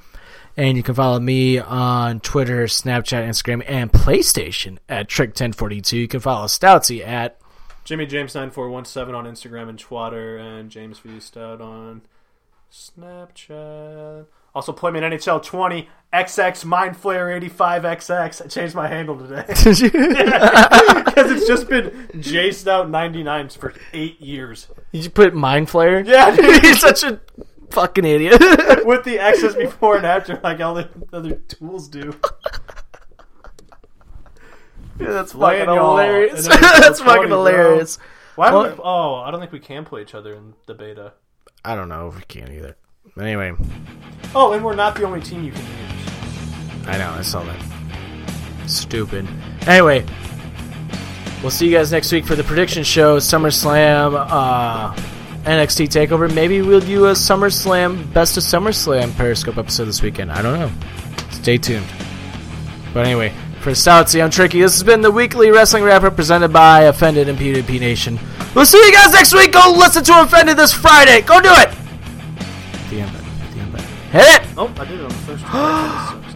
And you can follow me on Twitter, Snapchat, Instagram, and PlayStation at Trick1042. You can follow Stoutsy at <laughs> Jimmy James nine four one seven on Instagram and Twitter, and James V Stout on Snapchat. Also, play me in NHL twenty XX Mindflayer 85XX. I changed my handle today. <laughs> Did you? Because it's just been Jaced out 99s for eight years. Did you put mind flare? <laughs> Yeah, dude, You're such a fucking idiot. <laughs> with the X's before and after, like all the other tools do. that's Lanyard. fucking hilarious. <laughs> And then that's it's fucking funny, bro. hilarious. Why Well- do we, Oh, I don't think we can play each other in the beta. I don't know if we can either. Anyway, Oh, and we're not the only team you can use. I know, I saw that. Stupid. Anyway, we'll see you guys next week for the prediction show, SummerSlam, uh, NXT TakeOver. Maybe we'll do a SummerSlam, Best of SummerSlam Periscope episode this weekend. I don't know. Stay tuned. But anyway, for Stoutsy, I'm Tricky. This has been the weekly wrestling wrap up presented by Offended and PWP Nation. We'll see you guys next week. Go listen to Offended this Friday. Go do it! At the end button. At the end button. Hit it! Oh, I did it on the first try. Oh,